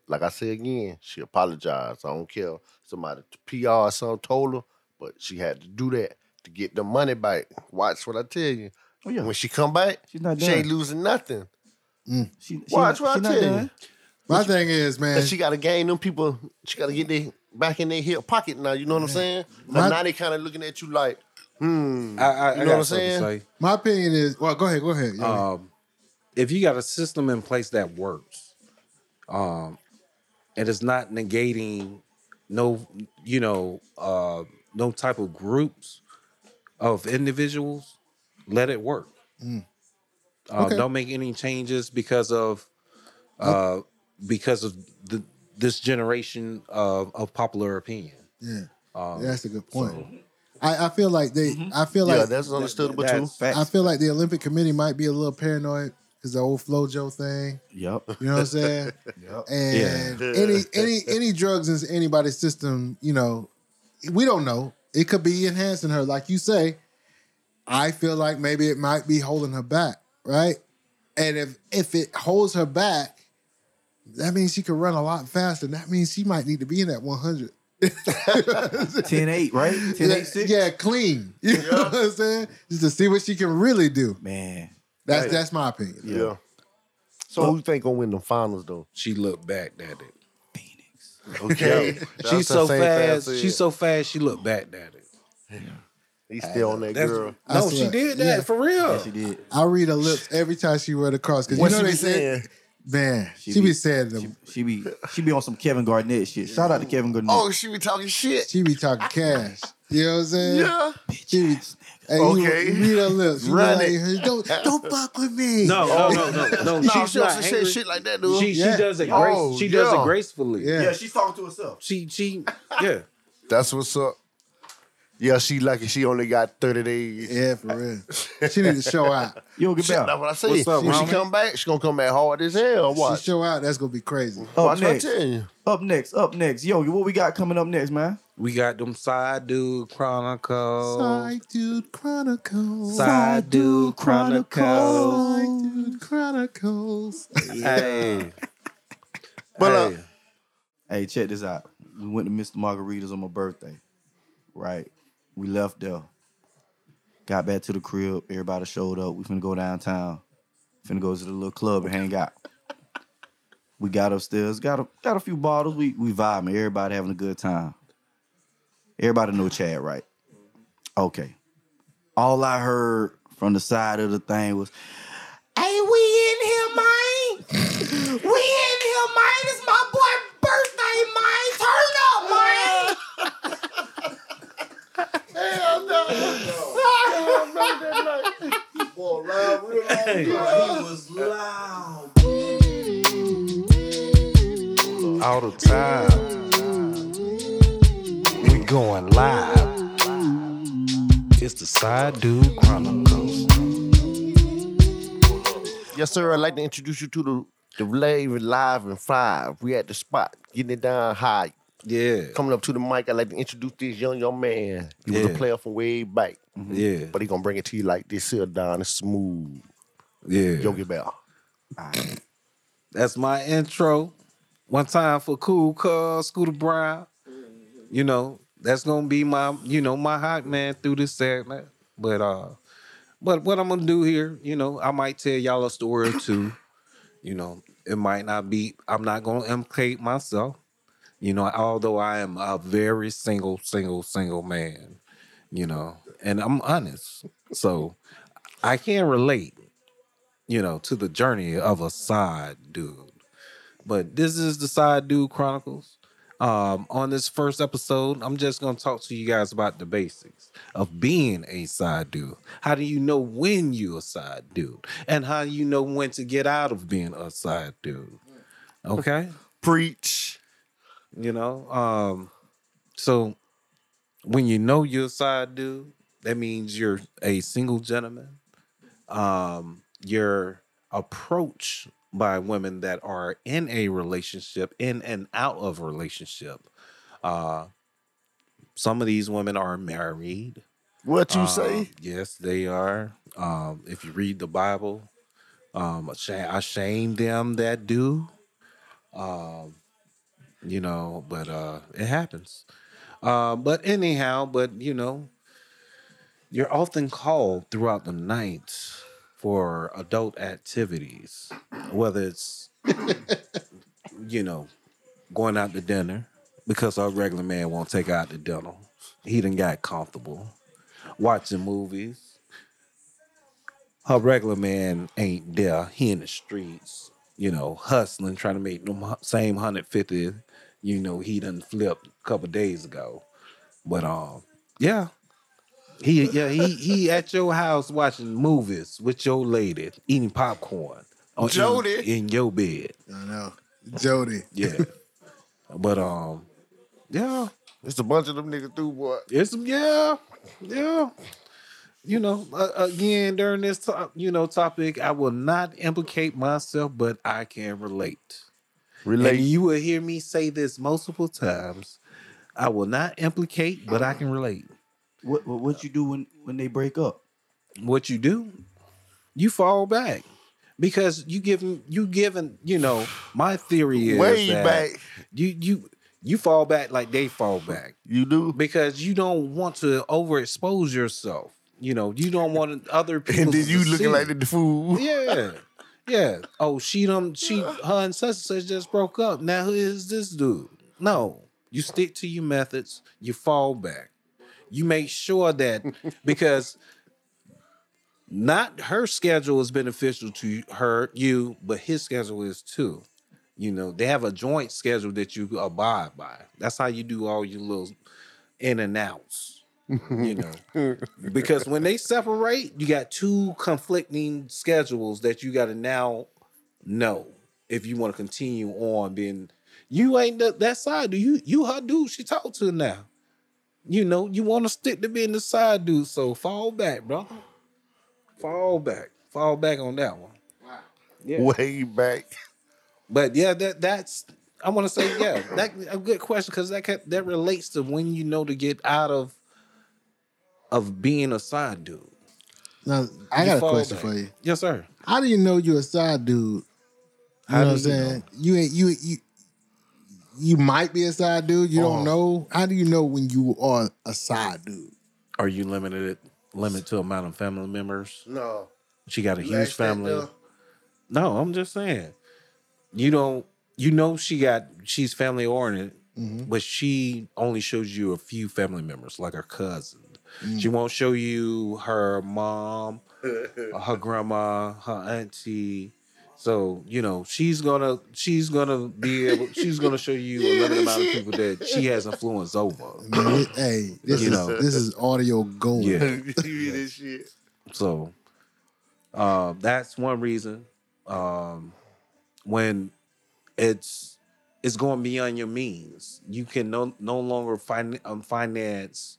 B: Like I said again, she apologized. I don't care. Somebody PR or something told her, but she had to do that to get the money back. Watch what I tell you.
A: Oh yeah,
B: When she come back,
A: She's not
B: she ain't
A: done.
B: losing nothing.
A: she, she,
B: Well,
A: not-
B: that's what I
A: she not
B: tell you.
A: done.
C: My thing is, man.
B: And she got to gain them people. She got to get they back in their hip pocket now. You know what I'm saying?
C: My-
B: But now they kind of looking at you like, hmm.
D: I, I,
B: You know
D: I
B: what
D: got
B: I'm
D: something to
B: saying?
D: say.
C: My opinion is. Well, go ahead. Go ahead. Yogi.
B: Uh,
D: Um, if you got a system in place that works, um, and it's not negating no, you know, uh, no type of groups of individuals, let it work. Uh,
C: Mm. Okay.
D: Don't make any changes because of uh, because of the, this generation of, of popular opinion.
C: yeah.
D: Um,
C: That's a good point. I, I feel like they. I feel
B: yeah,
C: like
B: that's understandable
D: that-
B: too.
D: that's-
A: Facts.
C: I feel like the Olympic Committee might be a little paranoid because the old FloJo thing.
A: Yep.
C: You know what I'm saying?
A: Yep.
C: And
B: Yeah.
C: any any any drugs in anybody's system, you know, we don't know. It could be enhancing her, like you say. I feel like maybe it might be holding her back, right? And if if it holds her back, that means she could run a lot faster. And that means she might need to be in that 100.
A: 10 8, right? 10 8 6?
C: Yeah, clean. You know what I'm saying? Just to see what she can really do.
A: Man.
C: That's
B: Right.
C: that's my opinion.
B: yeah. So who you think gonna win the finals though?
D: She looked back at it.
A: Phoenix.
B: Okay,
D: She's so fast. She's so fast. She looked back at it.
B: He's still on that
D: That's-
B: girl.
C: I
D: No,
C: swear.
D: she did that
C: Yeah.
D: for real.
A: She did.
C: I read her lips every time she wear the cross because you
B: What
C: know
B: she
C: they
B: be
C: say,
B: saying?
C: man, she,
A: be-
C: be, saying them.
A: She be she be on some Kevin Garnett shit. Shout out to Kevin Garnett.
B: Oh, she be talking shit.
C: She be talking cash. You know what I'm saying?
B: Yeah.
C: She be, hey, okay.
B: Okay.
C: You, read her lips. She be
B: Run
C: like,
B: it.
C: "Hey, don't don't fuck with me.
D: No, no, no, no, no.
B: No,
D: she's
B: she
D: not
B: also said
D: angry.
B: shit like that, dude.
D: She
C: Yeah.
D: she does it. Grace,
B: Oh,
D: she does
B: yeah.
D: it gracefully.
C: Yeah.
A: yeah, she's talking to herself.
D: She she yeah.
B: That's what's up. Yeah, she lucky. She only got thirty days.
C: Yeah, for real. She need to show out.
A: You'll get
B: Shit, that's
A: back.
B: what I say.
D: What's up,
B: when she
D: Roman?
B: come back, she gonna come back hard as hell. or What?
C: She show out. That's gonna be crazy.
A: Up
B: Watch what I
A: next.
B: tell you.
A: Up next. Up next. Yo, what we got coming up next, man?
D: We got them side dude chronicles.
C: Side dude chronicles.
D: Side dude chronicles.
C: Side dude chronicles.
D: Hey.
B: But uh,
D: Hey.
A: Hey, check this out. We went to Mr. Margarita's on my birthday. Right. We left there. Got back to the crib. Everybody showed up. We finna go downtown. Finna go to the little club and hang out. We got upstairs, got a got a few bottles. We we vibing. Everybody having a good time. Everybody know Chad, right? Okay. All I heard from the side of the thing was, Hey, we in here, man. We in here, man. It's my boy birthday, man. Turn up, man.
B: Boy, loud, real loud.
A: He was loud.
B: all the time. We going live. It's the Side Dude Chronicles. Yes, sir. I'd like to introduce you to the the live, live and five. We at the spot, getting it down high.
D: Yeah.
B: Coming up to the mic, I'd like to introduce this young young man. He was
D: Yeah.
B: a player from way back,
D: Yeah.
B: but he gonna bring it to you like this here, down It's smooth.
D: Yeah.
B: Yogi Bell.
D: That's my intro. One time for cool cuz Scooter Brown. You know, that's gonna be my, you know, my hot man through this segment. But uh but what I'm gonna do here, you know, I might tell y'all a story or two. You know, it might not be I'm not gonna implicate myself. You know, although I am a very single, single, single man, you know, and I'm honest. So I can relate you know, to the journey of a side dude. But this is the Side Dude Chronicles. Um, on this first episode, I'm just going to talk to you guys about the basics of being a side dude. How do you know when you're a side dude? And how do you know when to get out of being a side dude? Okay?
B: Preach.
D: You know, um, so when you know you're a side dude, that means you're a single gentleman. Um, your approach by women that are in a relationship, in and out of a relationship. Uh, some of these women are married.
B: What you
D: Um,
B: say?
D: Yes, they are. Um, if you read the Bible, um, I shame, I shame them that do. Um, you know, but uh, it happens. Uh, but anyhow, but you know, you're often called throughout the night for adult activities, whether it's you know going out to dinner because our regular man won't take her out to dinner. He done got comfortable watching movies. Her regular man ain't there. He in the streets, you know, hustling, trying to make them hu- same 150, you know, he done flipped a couple days ago. But um, yeah. He yeah, he he at your house watching movies with your lady, eating popcorn. or in-
B: Jody.
D: in your bed.
C: I know. Jody.
D: Yeah. but um yeah.
B: It's a bunch of them niggas through boy.
D: It's yeah, yeah. You know, uh, again during this top, you know topic, I will not implicate myself, but I can relate. And you will hear me say this multiple times. I will not implicate, but I can relate.
A: What, what what you do when when they break up?
D: What you do, you fall back because you give you given. You know, my theory is
B: Way
D: that
B: back.
D: You you you fall back like they fall back.
B: You do?
D: because you don't want to overexpose yourself. You know, you don't want other people.
B: And then you
D: to
B: looking
D: see.
B: like the fool.
D: yeah, yeah. Oh, she done she her and such and such just broke up. Now who is this dude? No, you stick to your methods. You fall back. You make sure that because not her schedule is beneficial to her you, but his schedule is too. You know, they have a joint schedule that you abide by. That's how you do all your little in and outs. You know because when they separate, you got two conflicting schedules that you got to now know if you want to continue on being. You ain't the, that side dude. You you her dude. She talk to now. You know you want to stick to being the side dude. So fall back, brother. Fall back. Fall back on that one.
B: Way back.
D: But yeah, that that's I want to say yeah, that a good question because that ca- that relates to when you know to get out of of being a side dude.
C: Now I
D: You
C: got a
D: fall
C: question
D: back.
C: for you.
D: Yes, sir.
C: How do you know you're a side dude? You
D: How
C: know what I'm
D: do you know?
C: saying? You ain't you you you might be a side dude. You
B: Uh-huh.
C: don't know. How do you know when you are a side dude?
D: Are you limited limited to amount of family members?
B: No.
D: She got a huge
B: Last that
D: family.
B: though.
D: No, I'm just saying. You don't you know she got she's family oriented,
C: Mm-hmm.
D: but she only shows you a few family members, like her cousin.
C: Mm.
D: She won't show you her mom, her grandma, her auntie. So, you know, she's gonna she's gonna be able she's gonna show you a limited amount of people that she has influence over.
C: Man, it- hey, this is
D: You know.
C: this is audio gold.
D: Yeah.
B: you hear this shit?
D: So uh, that's one reason. Um, when um, it's it's going beyond your means. You can no no longer fin- um, finance.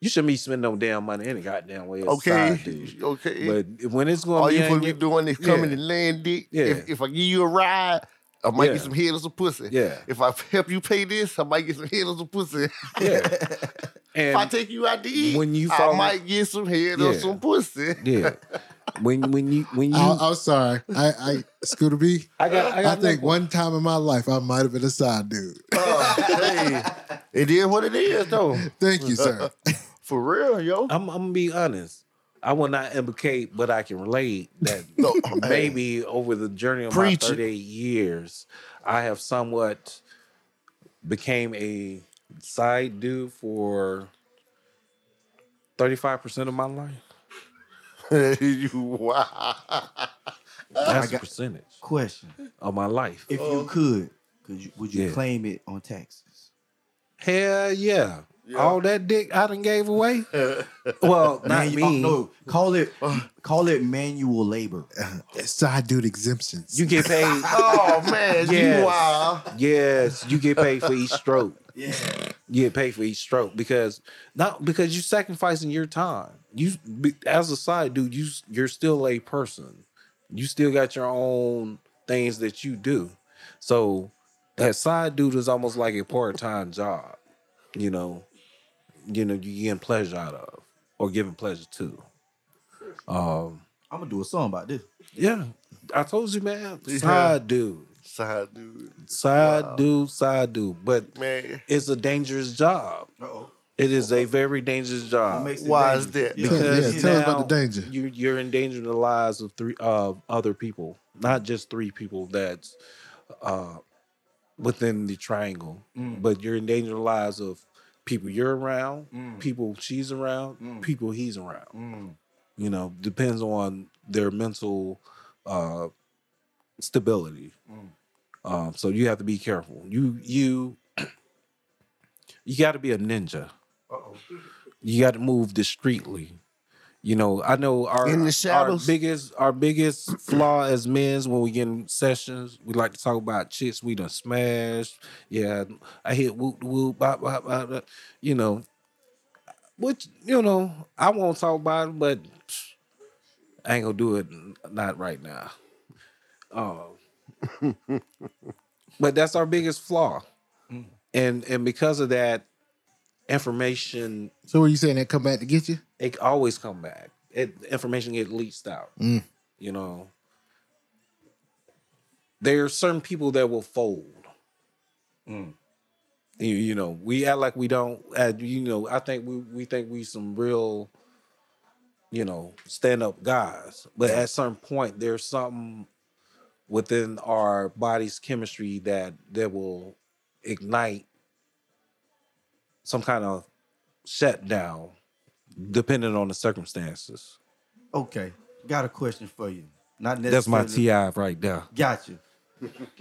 D: You shouldn't be spending no damn money any goddamn way. it's
B: Okay,
D: side dish.
B: okay.
D: But when it's going
B: All you
D: beyond
B: supposed to
D: your-
B: be doing is
D: Oh, Yeah.
B: coming and land dick.
D: Yeah.
B: If, if I give you a ride, I might
D: Yeah.
B: get some head or some pussy.
D: Yeah.
B: If I help you pay this, I might get some head or some pussy.
D: yeah.
B: if I
D: And
B: take you out to eat,
D: when you
B: I
D: follow-
B: might get some head or
D: Yeah.
B: some pussy.
D: yeah, when when you when you
C: I, I'm sorry. I, I Scooter B.
D: I got
C: I think one time in my life I might have been a side dude.
B: Oh, hey. It is what it is, though.
C: Thank you, sir.
B: For real, yo.
D: I'm, I'm gonna be honest. I will not implicate, but I can relate that
B: No,
D: maybe over the journey of
B: Preach it.
D: my 38 years, I have somewhat became a side dude for 35% of my life.
B: you wow. Oh.
D: That's a
A: got-
D: percentage
A: Question:
D: of my life.
A: If you could, could you, would you
D: Uh, Yeah.
A: claim it on taxes?
D: Hell yeah.
B: Yeah.
D: All that dick I done gave away. well, not
A: Manu- oh,
D: me. Uh.
A: no, call it call it manual labor.
C: Side dude exemptions.
D: You get paid.
B: Oh man,
D: Yes.
B: you wow.
D: yes, you get paid for each stroke.
A: Yeah,
D: you get paid for each stroke because not because you sacrificing your time. You be- as a side dude, you s- you're still a person. You still got your own things that you do. So that side dude is almost like a part time job. You know, you know you getting pleasure out of or giving pleasure to. Um,
A: I'm gonna do a song about this.
D: yeah, I told you, man.
B: Yeah.
D: Side dude,
B: Side dude,
D: side
B: Wow.
D: dude, side dude. But
B: man.
D: it's a dangerous job.
A: Uh-oh.
D: It is a very dangerous job.
B: Why is that?
C: Tell- yeah,
D: Because
C: tell us about the
D: now
C: danger.
D: You, you're endangering the lives of three of other people, not just three people that's uh, within the triangle,
C: Mm.
D: but you're endangering the lives of people you're around,
C: Mm.
D: people she's around, people he's around. You know, depends on their mental uh, stability. Um, so you have to be careful. You you you got to be a ninja. You got to move discreetly. You know, I know our
B: In the
D: our
B: shadows.
D: biggest our biggest flaw as men's when we get in sessions, we like to talk about chicks we done smashed. Yeah, I hit whoop whoop bop bop bop. bop. You know, which you know I won't talk about it, but psh, I ain't gonna do it n- not right now. Um, but that's our biggest flaw, and and because of that, information
C: So, were you saying that come back to get you?
D: it can always come back. It information get leached out. You know, there are certain people that will fold. You, you know, we act like we don't. Uh, you know, I think we we think we some real, you know, stand up guys. But at some point, there's something within our body's chemistry that that will ignite some kind of shutdown depending on the circumstances.
A: Okay, got a question for you. Not
D: That's my
A: necessarily-
D: TI right there.
A: Gotcha.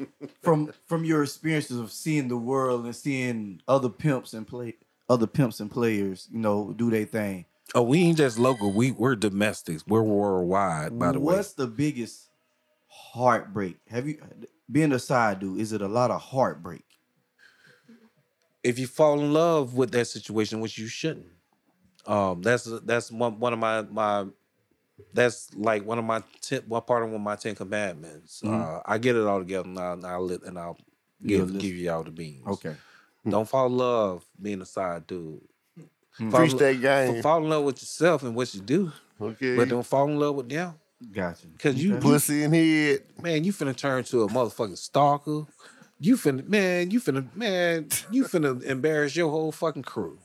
A: from from your experiences of seeing the world and seeing other pimps and play other pimps and players, you know, do their thing.
D: Oh, we ain't just local. We we're domestics. We're worldwide. By the way,
A: what's the biggest heartbreak? Have you being a side dude? Is it a lot of heartbreak?
D: if you fall in love with that situation, which you shouldn't, um, that's that's one one of my my that's like one of my ten, one part of one of my ten commandments. Uh, I get it all together and I'll, and I'll lit and I'll
A: You'll
D: give
A: list-
D: give you all the beans. don't fall in love being a side dude. Fall in-
B: Preach that game.
D: Fall in love with yourself and what you do, but
B: Okay.
D: don't fall in love with them
A: Gotcha.
D: because you you
B: Pussy in head.
D: man, you finna turn to a motherfucking stalker. You finna, man, you finna, man, you finna embarrass your whole fucking crew.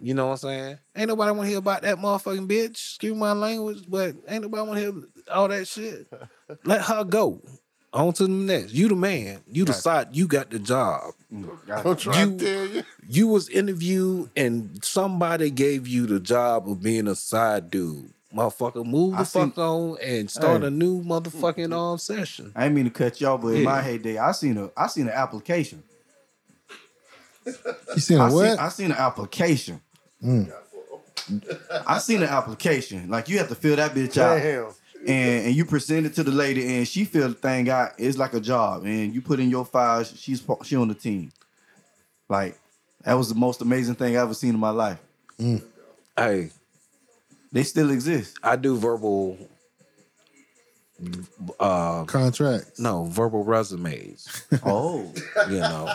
D: You know what I'm saying? Ain't nobody want to hear about that motherfucking bitch. Excuse my language, but ain't nobody want to hear all that shit. Let her go. On to the next. You the man. You the side. You got the job.
B: I'm trying to tell you.
D: You was interviewed and somebody gave you the job of being a side dude. Motherfucker, move the
A: I seen-
D: fuck on and start
A: Hey.
D: a new motherfucking um session.
A: I ain't mean to cut y'all, but in
D: Yeah.
A: my heyday, I seen a I seen an application.
C: You seen
A: I
C: a what?
A: seen, I seen an application.
D: Mm.
A: I seen an application. Like you have to fill that bitch out.
B: Damn.
A: and, and you present it to the lady, and she feel the thing out. It's like a job, and you put in your files. She's pa- she on the team. Like that was the most amazing thing I ever seen in my life.
D: Hey,
A: They still exist.
D: I do verbal uh
C: Contract.
D: no, verbal resumes,
A: Oh,
D: you know.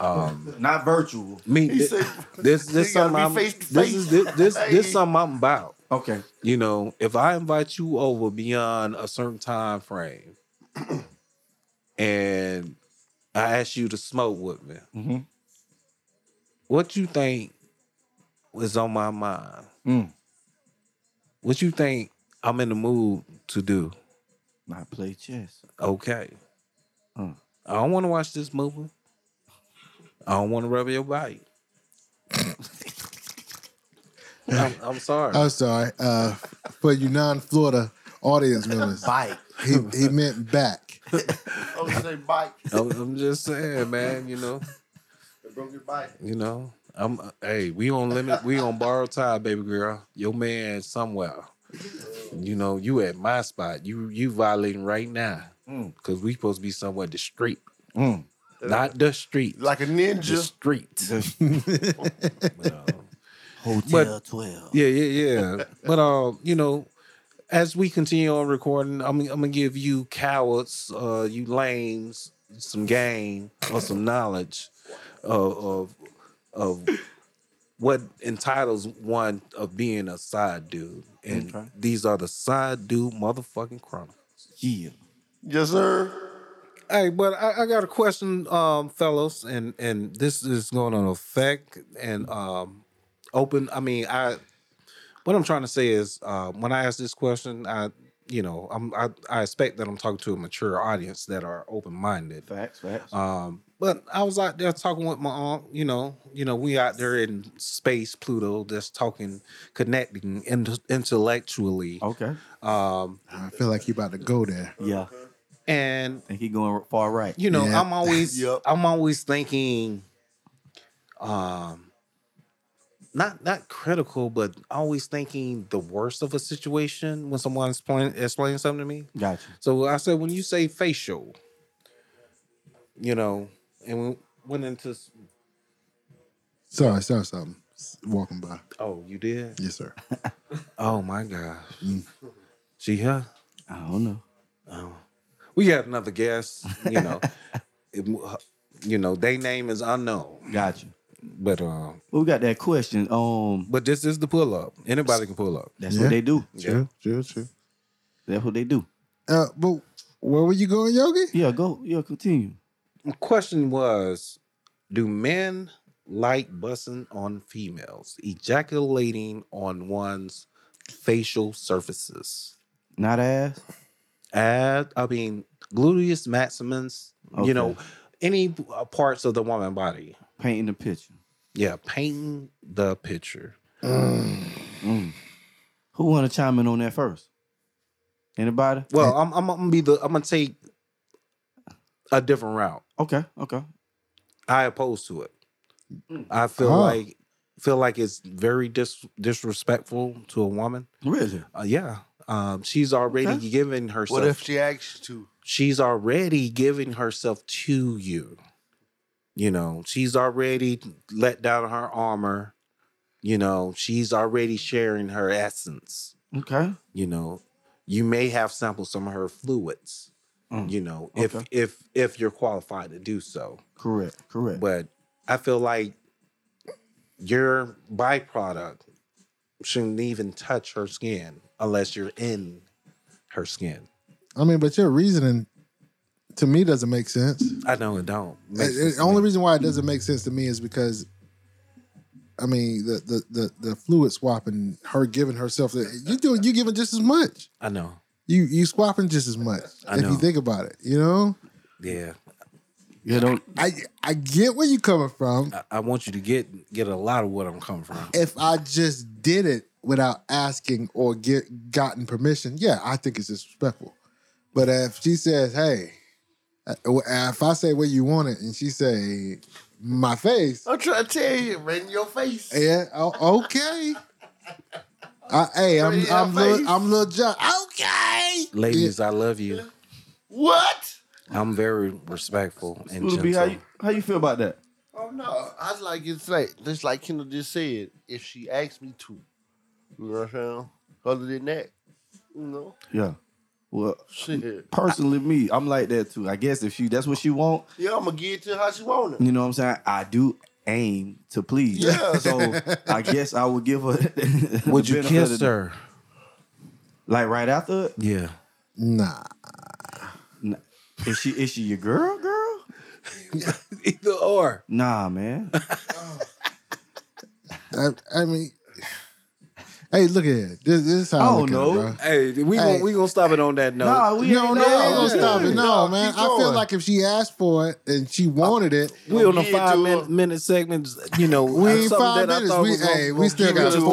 D: Um
A: not virtual.
D: me
B: He
D: thi-
B: said-
D: this
B: he
D: this
B: gotta
D: something
B: be
D: I'm,
B: face to
D: this
B: face.
D: is this this,
B: Hey.
D: this something I'm about.
A: Okay,
D: You know, if I invite you over beyond a certain time frame and I ask you to smoke with me,
A: Mhm.
D: what you think was on my mind?
A: Mm.
D: What you think I'm in the mood to do?
A: not play chess.
D: Okay.
A: Mm.
D: I don't want to watch this movie. I don't want to rub your body. I'm, I'm sorry.
C: I'm sorry. Uh, for you non-Florida audience members,
A: Bite.
C: he, he meant back.
B: Oh, you say bike.
D: I'm, I'm just saying, man. You know,
B: They broke your bike.
D: you know. I'm. Hey, we on limit. We on borrowed time, baby girl. Your man somewhere. You know, you at my spot. You you violating right now
A: Mm.
D: because we supposed to be somewhere the street,
A: Mm.
D: not the street,
B: Like a
D: the
B: ninja.
D: street. you know.
A: Hotel
D: But-
A: twelve.
D: Yeah, yeah, yeah. but uh, you know, as we continue on recording, I'm I'm gonna give you cowards, uh, you lames, some game or some knowledge of of, of what entitles one of being a side dude, and
A: Okay.
D: these are the side dude motherfucking chronicles.
A: Yeah.
B: Yes, sir.
D: Hey, but I, I got a question, um, fellas, and and this is going to affect and um, open. I mean, I what I'm trying to say is uh, when I ask this question, I you know I'm I, I expect that I'm talking to a mature audience that are open minded.
A: Facts. Facts.
D: Um, but I was out there talking with my aunt, you know, you know, we out there in space, Pluto, just talking, connecting in, intellectually.
A: okay.
D: Um,
C: I feel like you about to go there.
A: Yeah.
D: and
A: And he going far right.
D: you know
C: Yeah.
D: i'm always
B: Yep.
D: i'm always thinking um not not critical but always thinking the worst of a situation when someone's explain, explaining something to me
A: Gotcha.
D: so i said when you say facial you know and we went into s-
C: Sorry, sorry, something. Walking by.
D: oh you did
C: Yes, sir.
D: oh my gosh she here
A: I don't know.
D: we got another guest you know It- you know they name is unknown
A: Gotcha.
D: but um
A: Well, we got that question. Um,
D: But this is the pull up. Anybody can pull up.
A: that's
C: Yeah.
A: what they do.
C: True, true, true.
A: That's what they do.
C: Uh, but where were you going, Yogi?
A: Yeah. Go. Yeah. Continue.
D: My question was Do men like bussing on females, ejaculating on one's facial surfaces?
A: Not ass.
D: Ad, I mean, gluteus maximus,
A: Okay.
D: you know, any uh, parts of the woman body.
A: Painting the picture.
D: Yeah, painting the picture. Mm.
A: Mm. Who want to chime in on that first? Anybody?
D: Well, I'm, I'm, gonna be the, I'm gonna take a different route.
A: Okay. Okay.
D: I oppose to it. I feel
C: Oh.
D: like feel like it's very dis- disrespectful to a woman.
A: Really?
D: Uh, yeah, um, she's already
A: Okay.
D: giving herself.
B: What if she asks you
D: she's already giving herself to you? You know, she's already let down her armor. You know, she's already sharing her essence.
A: Okay.
D: You know, you may have sampled some of her fluids.
A: Mm.
D: You know,
A: Okay.
D: if if if you're qualified to do so
A: Correct. Correct.
D: but I feel like your byproduct shouldn't even touch her skin unless you're in her skin.
C: I mean, but your reasoning to me doesn't make sense.
D: I know it don't. Makes
C: The
D: sense to
C: only
D: me.
C: reason why it doesn't make sense to me is because, I mean, the the the, the fluid swapping, her giving herself, the, you doing you giving just as much.
D: I know.
C: You you swapping just as much.
D: I
C: if
D: know.
C: you think about it, you know.
D: Yeah,
A: yeah. Don't.
C: I I get where you coming from.
D: I, I want you to get get a lot of what I'm coming from.
C: If I just did it without asking or get gotten permission, yeah, I think it's disrespectful. But if she says, "Hey," uh, if I say where you want it, and she say, "My face,"
B: to? I'm trying to tell you, right in your face.
C: Yeah. o- Okay. I, hey, I'm
B: Straight in
C: I'm
B: her face.
C: little, I'm little John. Okay,
D: Ladies, I love you.
B: What?
D: I'm very respectful and
A: Little B, how you
D: gentle.
A: how you feel about that?
B: Oh no, I was like it's like just like Kendall just said. If she asked me to, you know what I'm saying. Other than that, you know,
A: Yeah. Well,
B: shit.
A: personally, me, I'm like that too. I guess if she that's what she want,
B: Yeah, I'm gonna give it to her how she want it.
A: you know what I'm saying. I do aim to please.
B: Yeah.
A: So I guess I would give her. the
D: Would you
A: benefit of
D: kiss
A: the-
D: her?
A: Like right after, it?
D: Yeah.
C: nah.
A: is she is she your girl, girl?
D: Either or.
A: Nah, man.
C: I, I mean, hey, look at it. This, this is how I,
A: I don't
C: look
A: know.
C: at it, bro.
D: Hey, we
C: Hey.
D: gon' we gonna stop it on that note.
A: Nah, we
C: No,
A: ain't
C: no, I
A: there
C: ain't gonna
A: yet.
C: stop it. No,
B: No,
C: man.
B: keep
C: I feel
B: going.
C: like if she asked for it and she wanted it,
D: we on the
B: Don't get
D: five
B: to
D: minute,
B: it.
D: minute segments. You know,
C: we ain't
D: something
C: five
D: that I
C: minutes.
D: thought
C: We,
D: was gonna-
C: hey, we
D: gonna
C: still
D: keep it Oh,
C: got
D: to that.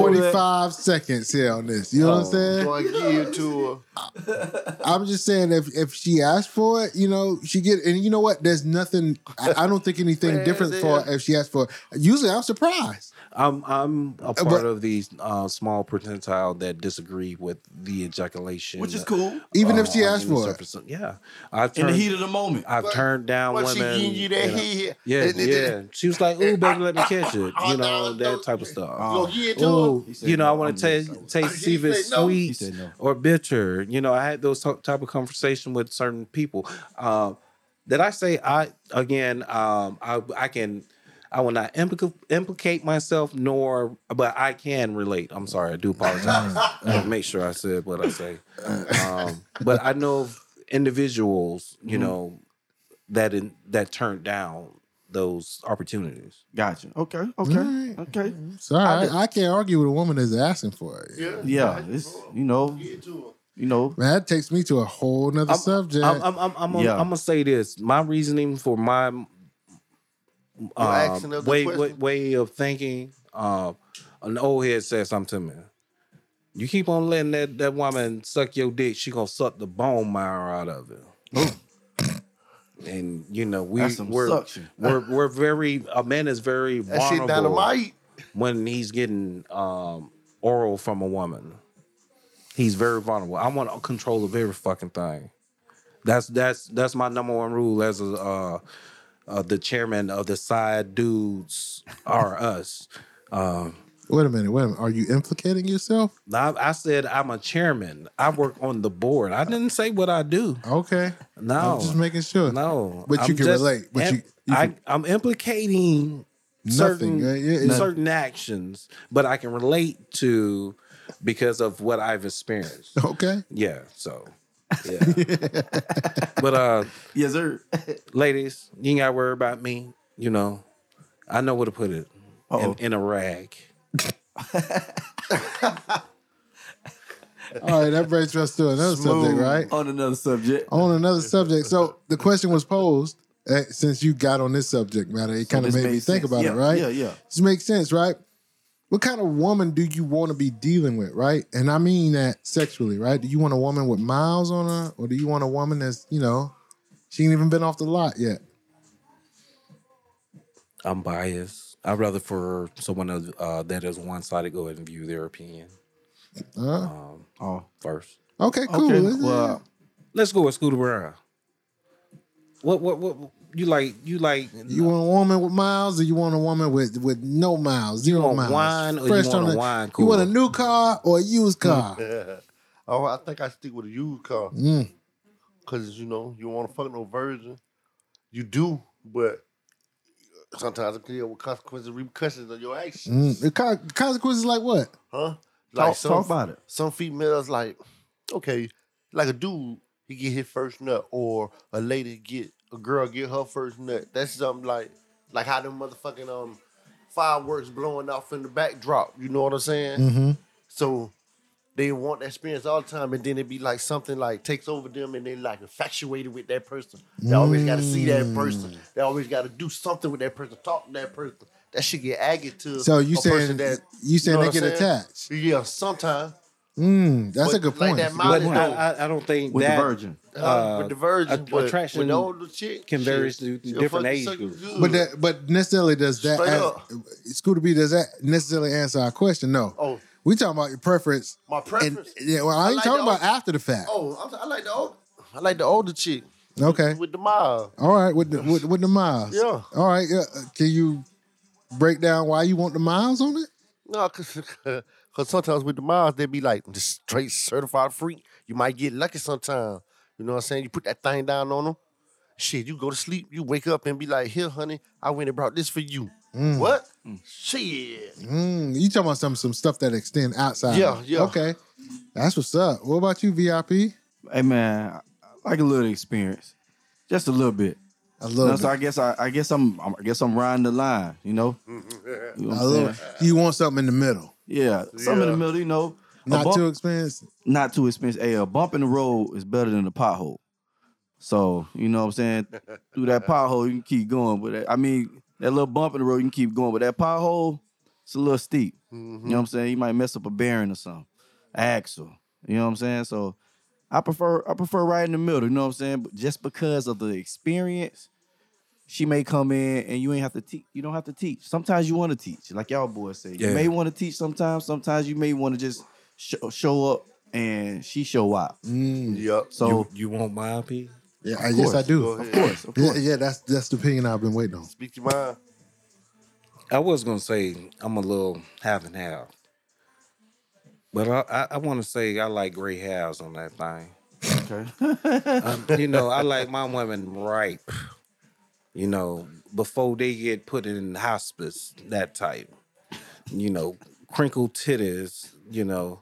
C: 45 seconds here on this. You know what I'm saying?
B: Gonna give it to her.
C: I'm just saying if if she asked for it, you know, she get and you know what? There's nothing. I, I don't think anything
B: Man,
C: different for
B: damn.
C: if she asked for. It. Usually, I'm surprised.
D: I'm I'm a part
C: but-
D: of the uh, small percentile that disagree with the ejaculation,
A: Which is cool.
C: Even
D: uh,
C: if she
D: on
C: asked
D: any
C: for it,
D: surface. Yeah, I've
A: In the
D: turned-
A: heat of the moment.
D: I've
B: But-
D: turned down
B: But she
D: women.
B: give you that
D: you know.
B: head.
D: Yeah,
B: That- that-
D: yeah.
B: that-
D: She was like, "Ooh, baby, let me catch it,"
B: I- I-
C: Oh,
D: you know
B: I-
D: that type of stuff.
B: Gonna give it to her.
D: Oh,
A: He said
D: you know,
A: no,
D: I
A: I'm
D: want to
A: just-
D: taste taste
B: He
D: if it's
B: said no.
A: He
D: sweet
A: said no.
D: or bitter. You know, I had those t- type of conversation with certain people. Um, did I say I again? Um, I I can. I will not implica- implicate myself, nor, but I can relate. I'm sorry, I do apologize. I'll make sure I said what I say. Um, but I know of individuals, you
A: Mm-hmm.
D: know, that in, that turned down those opportunities.
A: Gotcha. Okay. Okay.
C: Alright.
A: Okay.
C: sorry,
A: I did-
C: I, I can't argue with a woman that's asking for it.
B: Yeah,
A: Yeah. It's you know
B: Give it to her.
A: you know
C: Man, that takes me to a whole nother subject.
D: I'm, I'm, I'm, I'm, gonna-
A: Yeah.
D: I'm gonna say this. My reasoning for my um,
B: asking another
D: way,
B: question?
D: way way of thinking, uh, an old head said something to me. You keep on letting that, that woman suck your dick, she gonna suck the bone marrow out of it. and you know we
A: That's some
D: we're,
A: suction.
D: we're we're very a man is very
B: That shit
D: vulnerable
B: dynamite.
D: when he's getting um, oral from a woman. He's very vulnerable. I want to control of every fucking thing. That's that's that's my number one rule as a uh, uh, the chairman of the side dudes are us.
C: wait a minute, wait a minute. Are you implicating yourself?
D: I, I said I'm a chairman. I work on the board. I didn't say what I do.
C: Okay,
D: No,
C: I'm just making sure.
D: No,
C: But you can
D: just
C: relate, but
D: im-
C: you- you
D: I,
C: can-
D: I'm implicating certain
C: Nothing, yeah, yeah, yeah.
D: certain actions, but I can relate to because of what I've experienced.
C: Okay,
D: Yeah, so yeah. but uh,
A: yes sir.
D: ladies, you ain't gotta worry about me. You know, I know where to put it
A: Uh-oh.
D: in, in a rag.
C: all right. That brings us to another subject,
A: Smooth
C: right? Oh,
A: On another subject.
C: On another subject. So the question was posed eh, since you got on this subject matter. It kind of
A: this
C: made me
A: makes
C: think
A: sense.
C: about
A: Yeah,
C: it, right?
A: yeah, yeah.
C: This makes sense, right? What kind of woman do you want to be dealing with, right? And I mean that sexually, right? Do you want a woman with miles on her, or do you want a woman that's, you know, she ain't even been off the lot yet?
D: I'm biased. I'd rather for someone of, uh, that is one sided go ahead and view their opinion um,
C: Huh?
A: Oh.
D: first.
C: Okay, cool.
A: Okay.
C: Isn't it?
A: Well,
D: Let's go with Scooter Brown. What what what you like? You like
C: you want a woman with miles, or you want a woman with with no miles, zero
D: want
C: miles?
D: wine or you want
C: on
D: a
C: the-
D: wine
C: You want a
D: cooler? Mm.
C: new car or a used car?
B: Oh, I think I stick with a used car.
C: Mm.
B: Cause you know, you want to fuck no virgin. You do, but sometimes it can deal with consequences and repercussions of your actions.
C: Mm. The co- consequences like what?
B: Huh?
A: Talk- talk about it.
B: Some females like, okay, like a dude, he get his first nut, or a lady get a girl get her first nut. That's something like like how them motherfucking um fireworks blowing off in the backdrop. You know what I'm saying?
A: Mm-hmm.
C: Mhm.
B: So they want that experience all the time, and then it be like something like takes over them, and they like infatuated with that person. They always got to see
A: Mm.
B: that person. They always got to do something with that person, talk to that person. That shit get aggy to.
C: So you
B: a
C: saying-
B: person that-
C: you saying
B: know
C: they
B: what I'm
C: get attached.
B: Yeah, sometimes
C: Mm, that's
B: But
C: a good
B: like
C: point.
B: that
C: That's a
D: But
B: mileage
C: good
B: Good
D: I,
B: point.
D: I, I don't think
A: with
D: that
A: the virgin.
B: uh, with the virgin,
D: a-
B: but
D: attraction
B: with the older chick
D: can
B: shit,
D: vary to
B: she'll
D: different
B: fuck you
D: age
B: so
D: groups.
B: good.
C: But that, but necessarily does that
B: Straight
C: add-
B: up.
C: Scooter B does that necessarily answer our question? No.
B: Oh.
C: We talking about your preference.
B: My
C: And
B: preference.
C: yeah, well, I ain't
B: like
C: talking
B: the
C: about after the fact.
B: oh, I'm, I like the old. I like the older chick
C: okay.
B: with the miles.
C: All right, with the with, with the miles.
B: Yeah.
C: All right. Yeah. Uh, Can you break down why you want the miles on it?
B: No, cause, cause sometimes with the miles they be like just straight certified freak. You might get lucky sometime. You know what I'm saying? You put that thing down on them. Shit, you go to sleep, you wake up and be like, "Here, honey, I went and brought this for you." What? Shit.
C: Mm, you talking about some some stuff that extend outside?
B: Yeah,
C: of it.
B: yeah.
C: Okay. That's what's up. What about you, VIP?
A: Hey man, I like a little experience, just a little bit.
C: A
A: You
C: little.
A: know, so I guess I, I guess I'm I guess I'm riding the line. You know, you know what
C: bit.
A: I'm
C: a little.
A: saying?
C: You want something in the middle,
A: Yeah, some in
B: Yeah.
A: the middle. You know, a
C: not
A: bump-
C: too expensive.
A: not too expensive. Hey, a bump in the road is better than a pothole. So you know what I'm saying. Through that pothole, you can keep going. But that- I mean, that little bump in the road, you can keep going. But that pothole, it's a little steep. You know what I'm saying. You might mess up a bearing or something, axle. You know what I'm saying. So I prefer I prefer right in the middle. You know what I'm saying. But just because of the experience, she may come in and you ain't have to teach. You don't have to teach. Sometimes you want to teach, like y'all boys say.
D: Yeah.
A: You may want to teach sometimes. Sometimes you may want to just show, show up and she show up.
B: Yep.
A: So
D: you, you want my IP?
C: Yeah. I, yes, I do.
B: Go
A: of
B: ahead.
A: course, of
C: Yeah,
A: course.
C: yeah, that's that's the opinion I've been waiting on.
B: Speak your mind.
D: I was gonna say I'm a little half and half, but I I, I want to say I like gray hairs on that thing.
A: Okay.
D: Um, you know, I like my women ripe. You know, before they get put in hospice, that type. You know, crinkled titties. You know,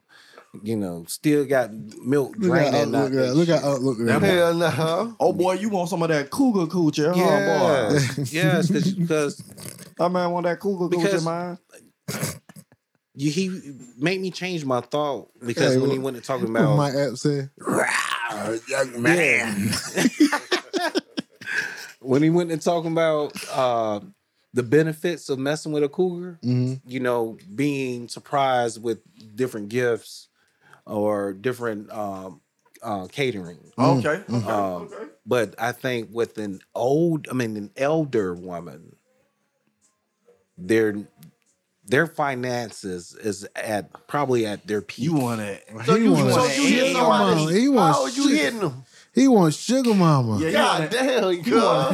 D: you know, still got milk
C: Look at
D: draining out.
C: look at
D: their
C: look at
D: shit.
C: look
D: That
C: at.
D: boy-
B: Hell no.
A: Oh boy, you want some of that cougar coochie, huh, boy?
D: Yes, yes, because
A: That man want that cougar
D: Because-
A: coochie, man.
D: you, he made me change my thought because
C: Hey,
D: when he
C: what-
D: went to talking
C: What
D: about
C: my app said.
D: young man. when he went and talking about uh, the benefits of messing with a cougar,
C: Mhm.
D: you know, being surprised with different gifts or different um, uh, catering.
A: okay. okay,
D: Um,
A: okay.
D: But I think with an old, I mean, an elder woman, their their finances is at probably at their peak.
A: You want it?
B: So
C: he
B: you,
C: wants
B: so
A: shit
B: you hitting
A: on
C: my-
B: somebody?
C: he wants
B: How are you
C: shit.
B: hitting them?
C: He wants sugar mama.
A: Yeah,
B: God damn,
A: you
B: God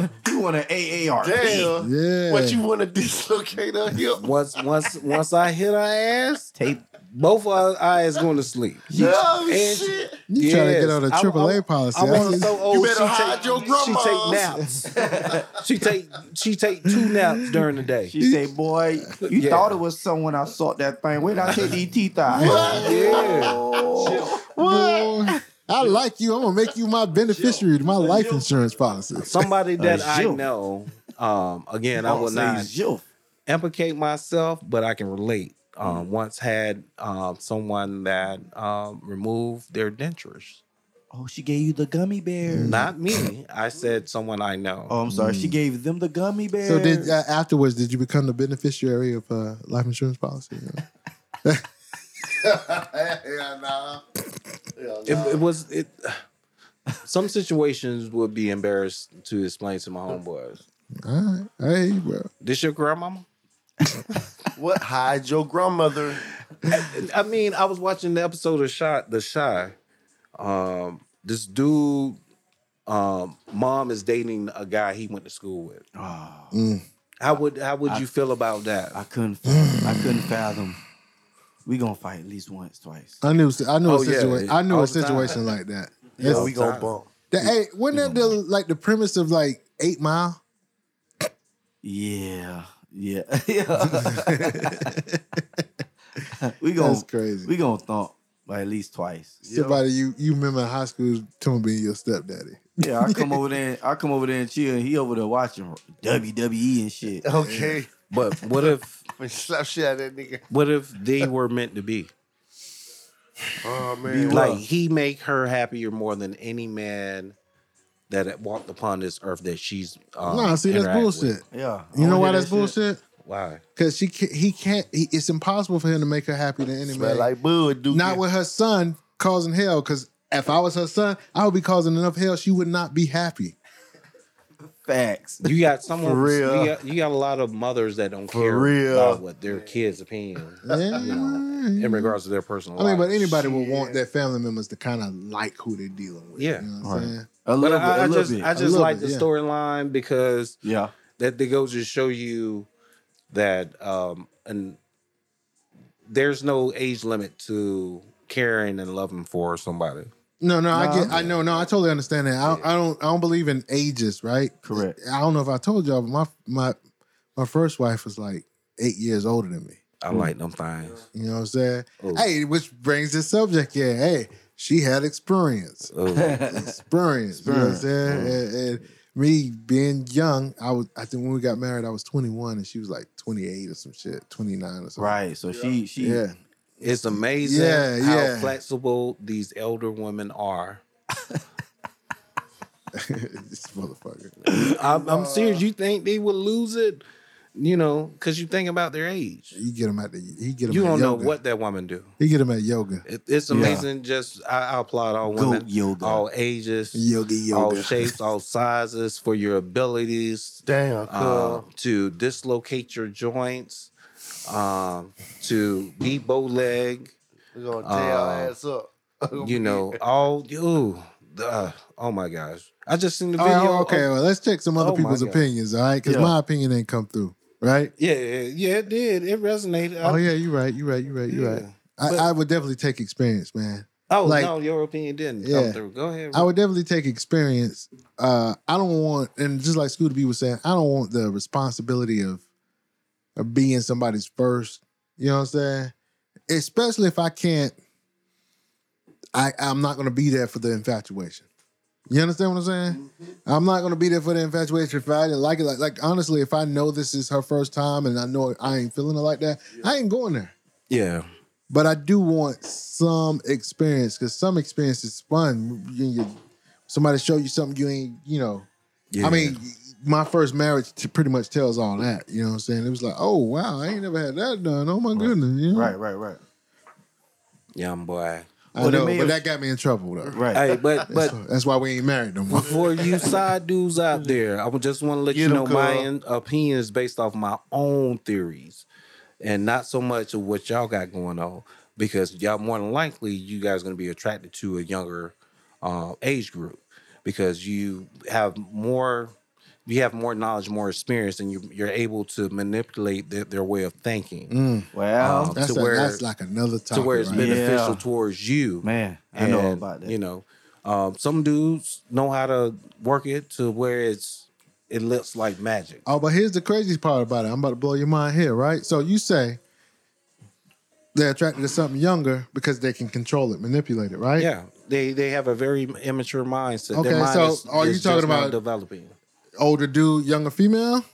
A: want it? You want an AAR?
B: damn.
C: Yeah.
B: What you want to dislocate her hip?
D: once once once I hit her ass,
A: Tape.
D: both our eyes going to sleep.
B: Oh
D: And-
B: shit!
C: You trying to get out of
D: I-
C: AAA
D: I-
C: policy?
D: I want
C: I-
D: her so old.
B: better
D: she
B: hide
D: take,
B: your
D: She take naps. she take she take two naps during the day.
A: She say, "Boy, you
D: Yeah.
A: thought it was someone I sought that thing. Where did I take these teeth out? Oh,
D: yeah.
C: Boy, I like you. I'm gonna make you my beneficiary to my life insurance policy.
D: Somebody that
A: A
D: I
A: zilf.
D: know. Um, again, I
A: Don't
D: will
A: say
D: not
A: zilf.
D: implicate myself, but I can relate.
A: Mm-hmm.
D: Um, once had um, someone that um, removed their dentures.
A: Oh, she gave you the gummy bear.
D: Not me. I said someone I know.
A: Mm-hmm. Oh, I'm sorry. She gave them the gummy bear.
C: So did uh, afterwards? Did you become the beneficiary of uh, life insurance policy?
B: Hell nah. Hell
D: it,
B: nah.
D: it was it some situations would be embarrassed to explain to my homeboys
C: All right, hey, bro.
D: this your grandmama
B: What hide your grandmother?
D: i mean i was watching the episode of shot the shy um this dude um mom is dating a guy he went to school with
A: Oh,
D: how would how would you feel about that
A: I couldn't. I couldn't fathom. We gonna fight at least once, twice.
C: I knew, I knew
D: Oh,
C: a
D: yeah,
C: situation. I knew
D: all
C: a
D: the time.
C: situation like that.
B: Yeah,
C: That's-
B: we gonna bump.
C: that- hey, wasn't that the like the premise of like Eight Mile?
A: Yeah, yeah, yeah. we gonna
C: That's crazy.
A: we gonna thump like at least twice.
C: Somebody you you remember in high school Tuma being your stepdaddy.
A: Yeah, I come over there, I come over there and chill, and he over there watching WWE and shit.
B: Okay,
D: but what if
B: we slap shit out of that nigga.
D: what if they were meant to be
B: Oh man,
D: like he make her happier more than any man that walked upon this earth that she's um,
C: nah, see that's
D: interact with.
C: bullshit.
A: Yeah, I
C: You
A: wanna
C: know why
A: hear that
C: that's
A: shit.
C: bullshit?
D: why
C: Because she can't, he can't. He, it's impossible for him to make her happy than any
B: smell
C: man.
B: like bud, dude.
C: not with her son causing hell. Because if I was her son, I would be causing enough hell. She would not be happy.
A: Facts.
D: You got someone.
B: For real.
D: You, got, you got a lot of mothers that don't
B: For
D: care
B: real.
D: about what their kids' opinion you know, in regards to their personal.
C: Eh? I mean, but
D: lives.
C: anybody would want their family members to kind of like who they're dealing with.
D: Yeah.
C: You know what I'm
A: Right.
C: saying?
A: A
D: But
A: little bit.
D: I,
A: a
D: I
A: little
D: just,
A: bit.
D: I just
C: little
D: like
C: bit,
D: the
C: yeah.
D: storyline because
A: yeah.
D: that they go to show you that um and there's no age limit to caring and loving for somebody.
C: No, no, I
A: No,
C: get, I know, no, I totally understand that. I, don't- I don't, I don't believe in ages, right?
A: Correct.
C: I don't know if I told y'all, but my my my first wife was like eight years older than me.
D: I like them things.
C: You know what I'm saying?
D: Oh.
C: Hey, which brings this subject in. Hey, she had experience,
D: Oh,
C: experience. You know what I'm saying? And, and me being young, I was. I think when we got married, I was 21, and she was like 28 or some shit, 29 or something.
A: Right. So she she
C: Yeah.
D: it's amazing
C: Yeah,
D: how
C: yeah.
D: flexible these elder women are.
C: this motherfucker.
D: I'm,
C: Uh,
D: I'm serious. You think they would lose it? You know, because you think about their age.
C: You get him at the. He get him.
D: You
C: at
D: don't know
C: yoga.
D: what that woman do.
C: He get him at yoga.
D: It, it's amazing. Just I, I applaud all
A: Goat
D: women,
A: yoga.
D: all ages,
C: Yogi
D: all
C: yoga.
D: shapes, all sizes for your abilities
B: Damn,
D: uh,
B: cool.
D: to dislocate your joints, um, to be bow leg.
B: we gonna tear our
D: uh,
B: ass up.
C: Oh,
D: You know, all you. Uh, oh my gosh! I just seen the
C: All
D: video.
C: right, okay,
D: Oh,
C: well, let's check some other
D: Oh my
C: people's
D: God.
C: opinions, all right? Because
A: Yeah.
C: my opinion didn't come through, right?
D: yeah, yeah, yeah, it did. It resonated.
C: oh yeah, you're right. You're right. You're right. You're right.
D: Yeah. But-
C: I, I would definitely take experience, man.
D: Oh
C: Like-
D: no, your opinion didn't
C: Yeah.
D: come through. Go ahead.
C: I would definitely take experience. Uh, I don't want, and just like Scooter B was saying, I don't want the responsibility of, of being somebody's first. You know what I'm saying? Especially if I can't, I I'm not gonna be there for the infatuation. You understand what I'm saying? I'm not gonna be there for the infatuation if I didn't like it. Like, like honestly, if I know this is her first time and I know I ain't feeling it like that, I ain't going there
D: yeah,
C: but I do want some experience because some experience is fun. You- you- somebody show you something you ain't, you know.
D: yeah.
C: I mean, my first marriage t- pretty much tells all that. You know what I'm saying? It was like, oh wow, I ain't never had that done. Oh my goodness, you know?
A: Right, right, right.
D: young boy.
C: I
A: Well, they
C: know,
A: may have-
C: but that got me in trouble though.
A: Right.
D: Hey, but but
C: So that's why we ain't married no more.
D: for you side dudes out there, I would just want to let
B: Get
D: you
B: 'em,
D: know my
B: girl.
D: in- opinion is based off my own theories and not so much of what y'all got going on because y'all more than likely you guys going to be attracted to a younger uh, age group because you have more you have more knowledge, more experience, and you, you're able to manipulate their, their way of thinking
A: Well,
D: Um,
C: That's,
D: to
C: a-
D: where-
C: that's like another topic.
D: to where it's
C: Mm, right?
A: been-
D: beneficial
A: Yeah.
D: towards you.
A: man, I
D: And,
A: know about that.
D: You know, um, some dudes know how to work it to where it's it looks like magic.
C: Oh, but here's the craziest part about it. I'm about to blow your mind here, right? So you say they're attracted to something younger because they can control it, manipulate it, right?
D: Yeah, they they have a very immature mindset.
C: Okay,
D: Their mind
C: so
D: is,
C: are you
D: is
C: talking
D: just now
C: about-
D: developing?
C: Older dude, younger female.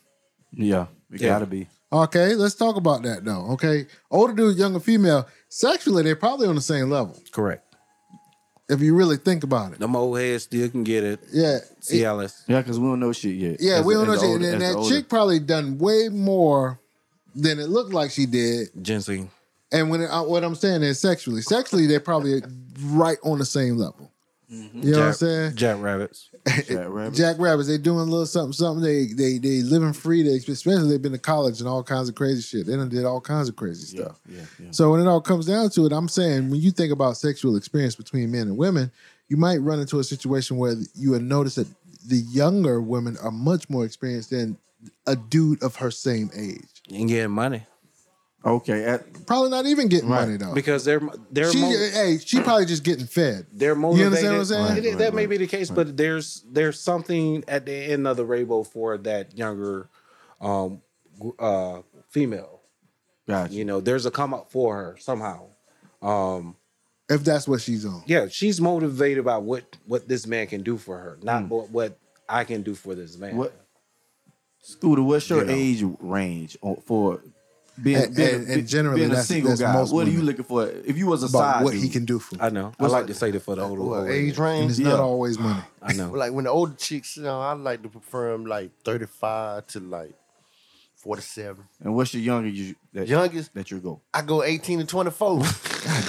A: yeah, we
D: Yeah.
A: gotta be.
C: Okay, let's talk about that though. Okay, older dude, younger female, sexually they're probably on the same level
D: Correct.
C: if you really think about it.
D: Them old heads still can get it.
C: Yeah,
D: See
C: It-
D: Alice.
A: Yeah, because we don't know shit yet.
C: yeah,
A: As
C: we
A: the-
C: don't know.
A: as the
C: shit.
A: older-
C: and
A: as the
C: that
A: older-
C: chick probably done way more than it looked like she did.
D: Gen Z.
C: And when it, uh, what I'm saying is sexually, sexually they're probably right on the same level. You know what I'm saying?
D: Jack Rabbits.
A: Jack Rabbit.
C: Jack Rabbits, they doing a little something, something. They they they living free. They especially they've been to college and all kinds of crazy shit. They done did all kinds of crazy
A: yeah,
C: stuff.
A: yeah, yeah.
C: So when it all comes down to it, I'm saying when you think about sexual experience between men and women, you might run into a situation where you would notice that the younger women are much more experienced than a dude of her same age.
D: And getting money
A: Okay, at,
C: Probably not even getting
A: Right.
C: money though.
D: because they're they're
C: she,
D: mo-
C: hey, she probably just getting fed.
D: they're
C: You
D: motivated.
C: understand what I'm saying?
D: It-
A: Right,
D: that
A: right,
D: may
A: right,
D: be the case, but there's there's something at the end of the rainbow for that younger um, gr- uh, female.
A: gotcha.
D: You know, there's a come up for her somehow. Um,
C: If that's what she's on,
D: yeah, she's motivated by what what this man can do for her, not
B: Hmm.
D: what, what I can do for this man.
A: What, Scooter? What's your
D: You know.
A: age range on- for being
C: And-
A: being,
C: and-
A: a,
C: and generally,
A: being a
C: that's-
A: single
C: that's
A: guy?
C: most
A: What are you
C: women.
A: looking for? If you was a
C: about
A: side
C: what he
A: dude,
C: can do for.
D: I
C: You.
D: know. I like to say that for the older
B: What,
D: older
B: age
D: lady.
C: And
B: range?
C: it's not
A: Yeah.
C: always money.
D: I know.
B: Like when the older chicks, you know, I like to prefer them like 35 to like 47.
A: And what's your younger you that,
B: Youngest,
A: that you go?
B: I go 18 to 24.
C: God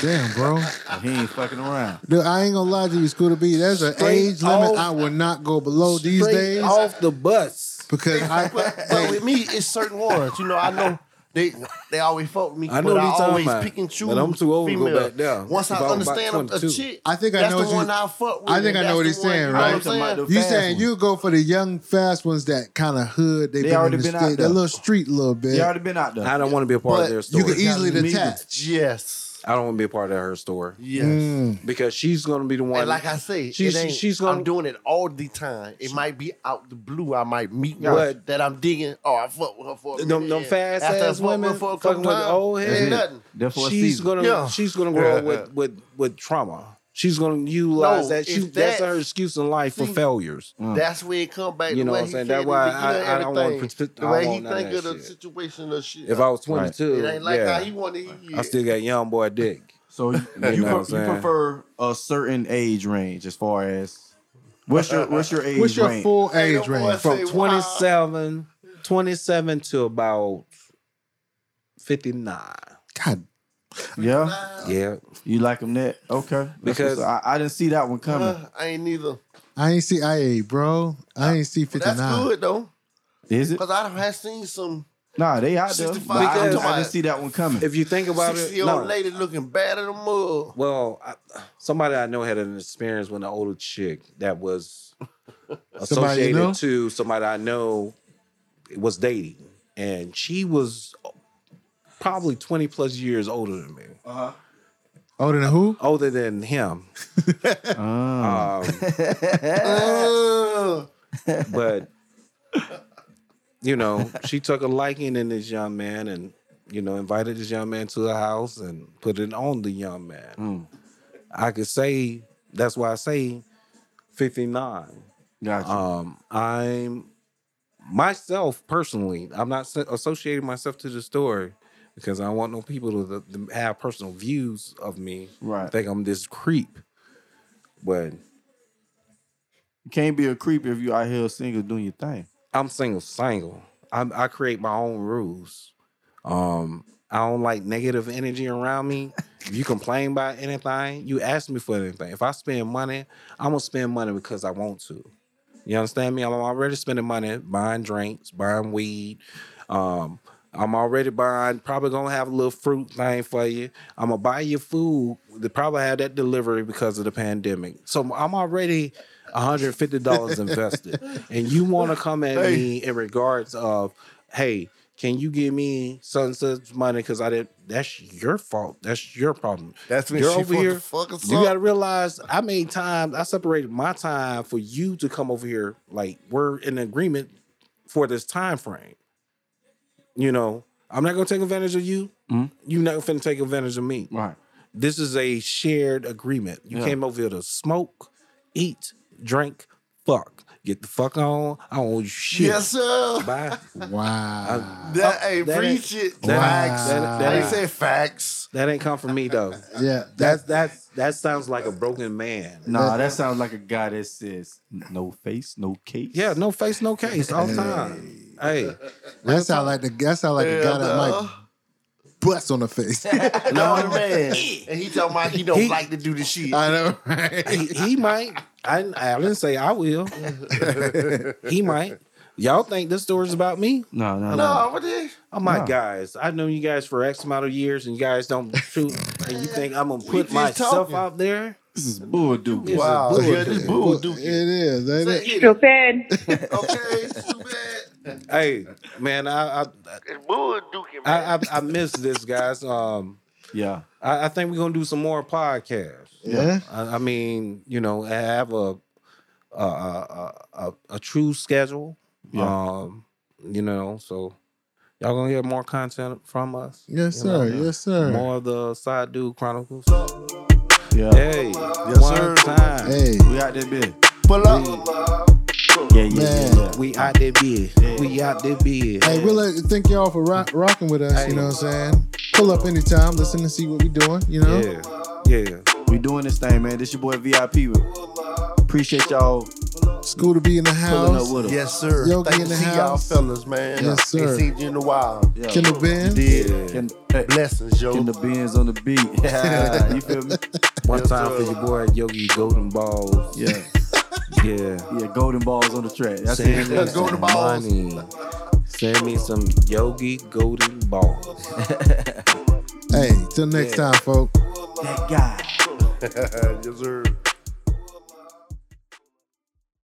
C: damn, bro.
A: He ain't fucking around.
C: Dude, I ain't gonna lie to you, Scooter B. There's an
D: Straight
C: age limit
D: off-
C: I will not go below these
D: Straight
C: days
D: off the bus.
C: because I
B: but with me, it's certain ones. You know, I know they they always fuck with me,
D: I know
B: but
D: what
B: I
D: you're talking
B: always
D: about,
B: pick and choose.
D: but I'm too old to go
B: female.
D: back down.
B: Once I
D: If I was about
B: understand a, a
D: 22.
B: chick,
C: I think I
B: that's
C: know
B: the
C: what you-
B: one I fuck with.
C: I think
B: and
C: I know
B: that's
C: what
B: the
C: he's
B: one-
C: saying,
B: you know
C: right?
B: what I'm saying?
C: You
A: fast
C: saying
A: ones.
C: you go for the young fast ones that kind of hood? They,
A: They
C: been
A: already
C: in the
A: been out
C: state,
A: there.
C: that little street little bit.
A: You already been out there.
D: I don't want to be a part
B: But
D: of their story.
C: you could easily
A: Not neither.
C: detach.
B: Yes.
D: I don't want to be a part of her story
B: Yes.
C: Mm.
D: because she's going to be the one.
B: And like I say,
D: She's-
B: it ain't,
D: she's gonna-
B: I'm doing it all the time. It might be out the blue. I might meet
D: Yeah.
B: one that I'm digging. Oh, I fuck with her for a
D: Them-
B: minute.
D: them fast
B: After I
D: ass
B: fuck with her
D: women
B: for a
D: fucking
B: couple
D: with
B: times,
D: old
B: ain't
D: head.
B: nothing.
A: Therefore,
D: she's
A: season.
D: gonna
B: Yeah.
D: she's gonna grow up with with with trauma. She's gonna utilize
B: No,
D: that. She,
B: if
D: that's
B: that- Mm.
D: her excuse in life for
B: See,
D: failures.
B: That's where it come back.
D: Mm. You
B: the
D: know
B: way
D: what I'm
B: he
D: saying? That's
B: feel,
D: why
B: the beginning,
D: I- I don't wanna
B: everything.
D: partic- I
B: The way
D: don't
B: he
D: want none of
B: think of
D: that
B: the
D: shit.
B: situation of shit.
D: If I was
A: Right.
D: 22,
B: it ain't like
D: yeah,
B: how he wanted to hear.
D: I still got young boy dick.
A: So you,
D: You
A: you,
D: know
A: pre-
D: what I'm
A: you
D: saying?
A: prefer a certain age range as far as what's your what's your age
C: What's your
A: range?
C: full
B: Hey,
C: age
B: them boys
C: range?
B: say,
D: From
B: "Wow."
D: 27, 27 to about 59.
C: God,
A: yeah,
D: Yeah.
A: you like them that? Okay, That's what's
D: Because-
A: up. I, I didn't see that one coming.
B: Uh, I ain't neither.
C: I ain't see IA, bro. I ain't see fifty
B: That's
C: nine.
B: good though,
A: Is it?
B: because I done have seen some
A: Nah, they out there.
B: 65
A: but I,
D: Because-
A: just- I didn't see that one coming.
D: If you think about it,
B: sixty year old
D: no.
B: lady looking bad at the mug.
D: Well, I, somebody I know had an experience with an older chick that was
C: Somebody you
D: associated
C: know?
D: to somebody I know was dating, and she was probably twenty plus years older than me,
C: Older than Oh, who?
D: older than him.
A: Ah.
D: Um,
B: Uh,
D: but you know, she took a liking in this young man, and you know, invited this young man to her house and put it on the young man. I could say that's why I say fifty nine.
A: gotcha.
D: Um, I'm myself personally. I'm not s- associating myself to the story because I don't want no people to, to have personal views of me.
A: Right.
D: Think I'm this creep. But
A: you can't be a creep if you out here single doing your thing.
D: I'm single, single. I'm, I create my own rules. Um, I don't like negative energy around me. If you complain about anything, you ask me for anything. If I spend money, I'm gonna spend money because I want to. You understand me? I'm already spending money buying drinks, buying weed. Um, I'm already buying. Probably gonna have a little fruit thing for you. I'm gonna buy you food. They probably had that delivery because of the pandemic. So I'm already $150 invested, and you want to come at me in regards of, hey, can you give me such and such money? Because I did. That's your fault. That's your problem.
B: That's when
D: you're
B: she
D: over
B: fuck-
D: here.
B: fuck us
D: You
B: up.
D: gotta realize I made time. I separated my time for you to come over here. Like we're in agreement for this time frame. You know, I'm not gonna take advantage of you.
B: Mm-hmm.
D: You're not gonna take advantage of me.
A: Right.
D: This is a shared agreement. You
A: Yeah.
D: came over here to smoke, eat, drink, fuck, get the fuck on. I don't owe you shit.
B: yes, sir.
D: Bye.
C: Wow.
B: Uh, That hey,
D: Oh, that ain't-
B: preach it.
D: that ain't-
B: facts.
D: that- that
B: I didn't
D: ain't-
B: say facts.
D: That ain't come from me though.
C: yeah, that's
D: That's that's that sounds like a broken man.
A: Nah, that sounds like a guy that says no face, no case.
D: Yeah, no face, no case, all the time. Hey,
C: that sound like the that sound like the guy that might bust on the face. I
B: No man. And he talking about he don't
D: He-
B: like to do the shit.
C: know. Right?
D: he, he might. I, didn't- I didn't say I will. he might. Y'all think this story's about me?
A: No, no, no.
B: no, what the
D: Oh my
A: No.
D: guys, I've known you guys for X amount of years, and you guys don't shoot, and you think I'm gonna put
B: just
D: myself
B: talking.
D: out there?
A: This is bull dude.
D: It's
B: Wow,
D: a bull
B: yeah, this
D: dude.
B: bull-
C: Well,
B: do
C: it
B: it.
C: is. ain't it?
B: Stupid.
E: Stupid.
B: Okay, stupid.
D: Hey, man, I I,
B: It's bull duking, man.
D: I I I miss this, guys. Um,
A: Yeah.
D: I, I think we're gonna do some more podcasts.
C: Yeah.
D: I, I mean, you know, have a a a, a, a true schedule.
A: Yeah.
D: Um, you know, so y'all gonna get more content from us.
C: Yes,
D: You know,
C: sir. Yes, sir.
D: More of the side dude chronicles.
A: Yeah.
D: Hey, one
B: sir.
D: time.
C: Hey,
A: We out there, bitch.
B: Pull up.
A: Yeah, yeah,
C: Man.
A: yeah.
D: We out there big. We out there big.
C: hey, really, thank y'all for rock, rocking with us. You know what I'm saying? Pull up anytime, listen and see what we doing. You know?
D: Yeah. Yeah.
A: yeah. We doing this thing, man. This your boy VIP. Appreciate y'all
C: School to be in the
A: Pulling up
C: house.
A: with 'em.
B: Yes, sir.
C: Yogi
B: Thank
C: in the
B: to see y'all
C: house.
B: fellas, man.
C: Yes, sir.
B: Ain't seen you in a while.
A: Yeah.
C: Kendall Ben.
B: Did.
A: Can, hey,
B: Blessings, yo.
A: can the beans on the beat. Yeah, you feel me?
D: One
B: Yes,
D: time for
B: sir.
D: your boy Yogi Golden Balls.
A: Yeah,
D: Yeah.
A: yeah. Golden balls on the track. That's
D: Send
A: it.
D: me
B: Golden
D: some
B: Balls.
D: money. Send me some Yogi Golden Balls.
C: Hey, till next time, folks.
A: That guy.
B: yes, sir.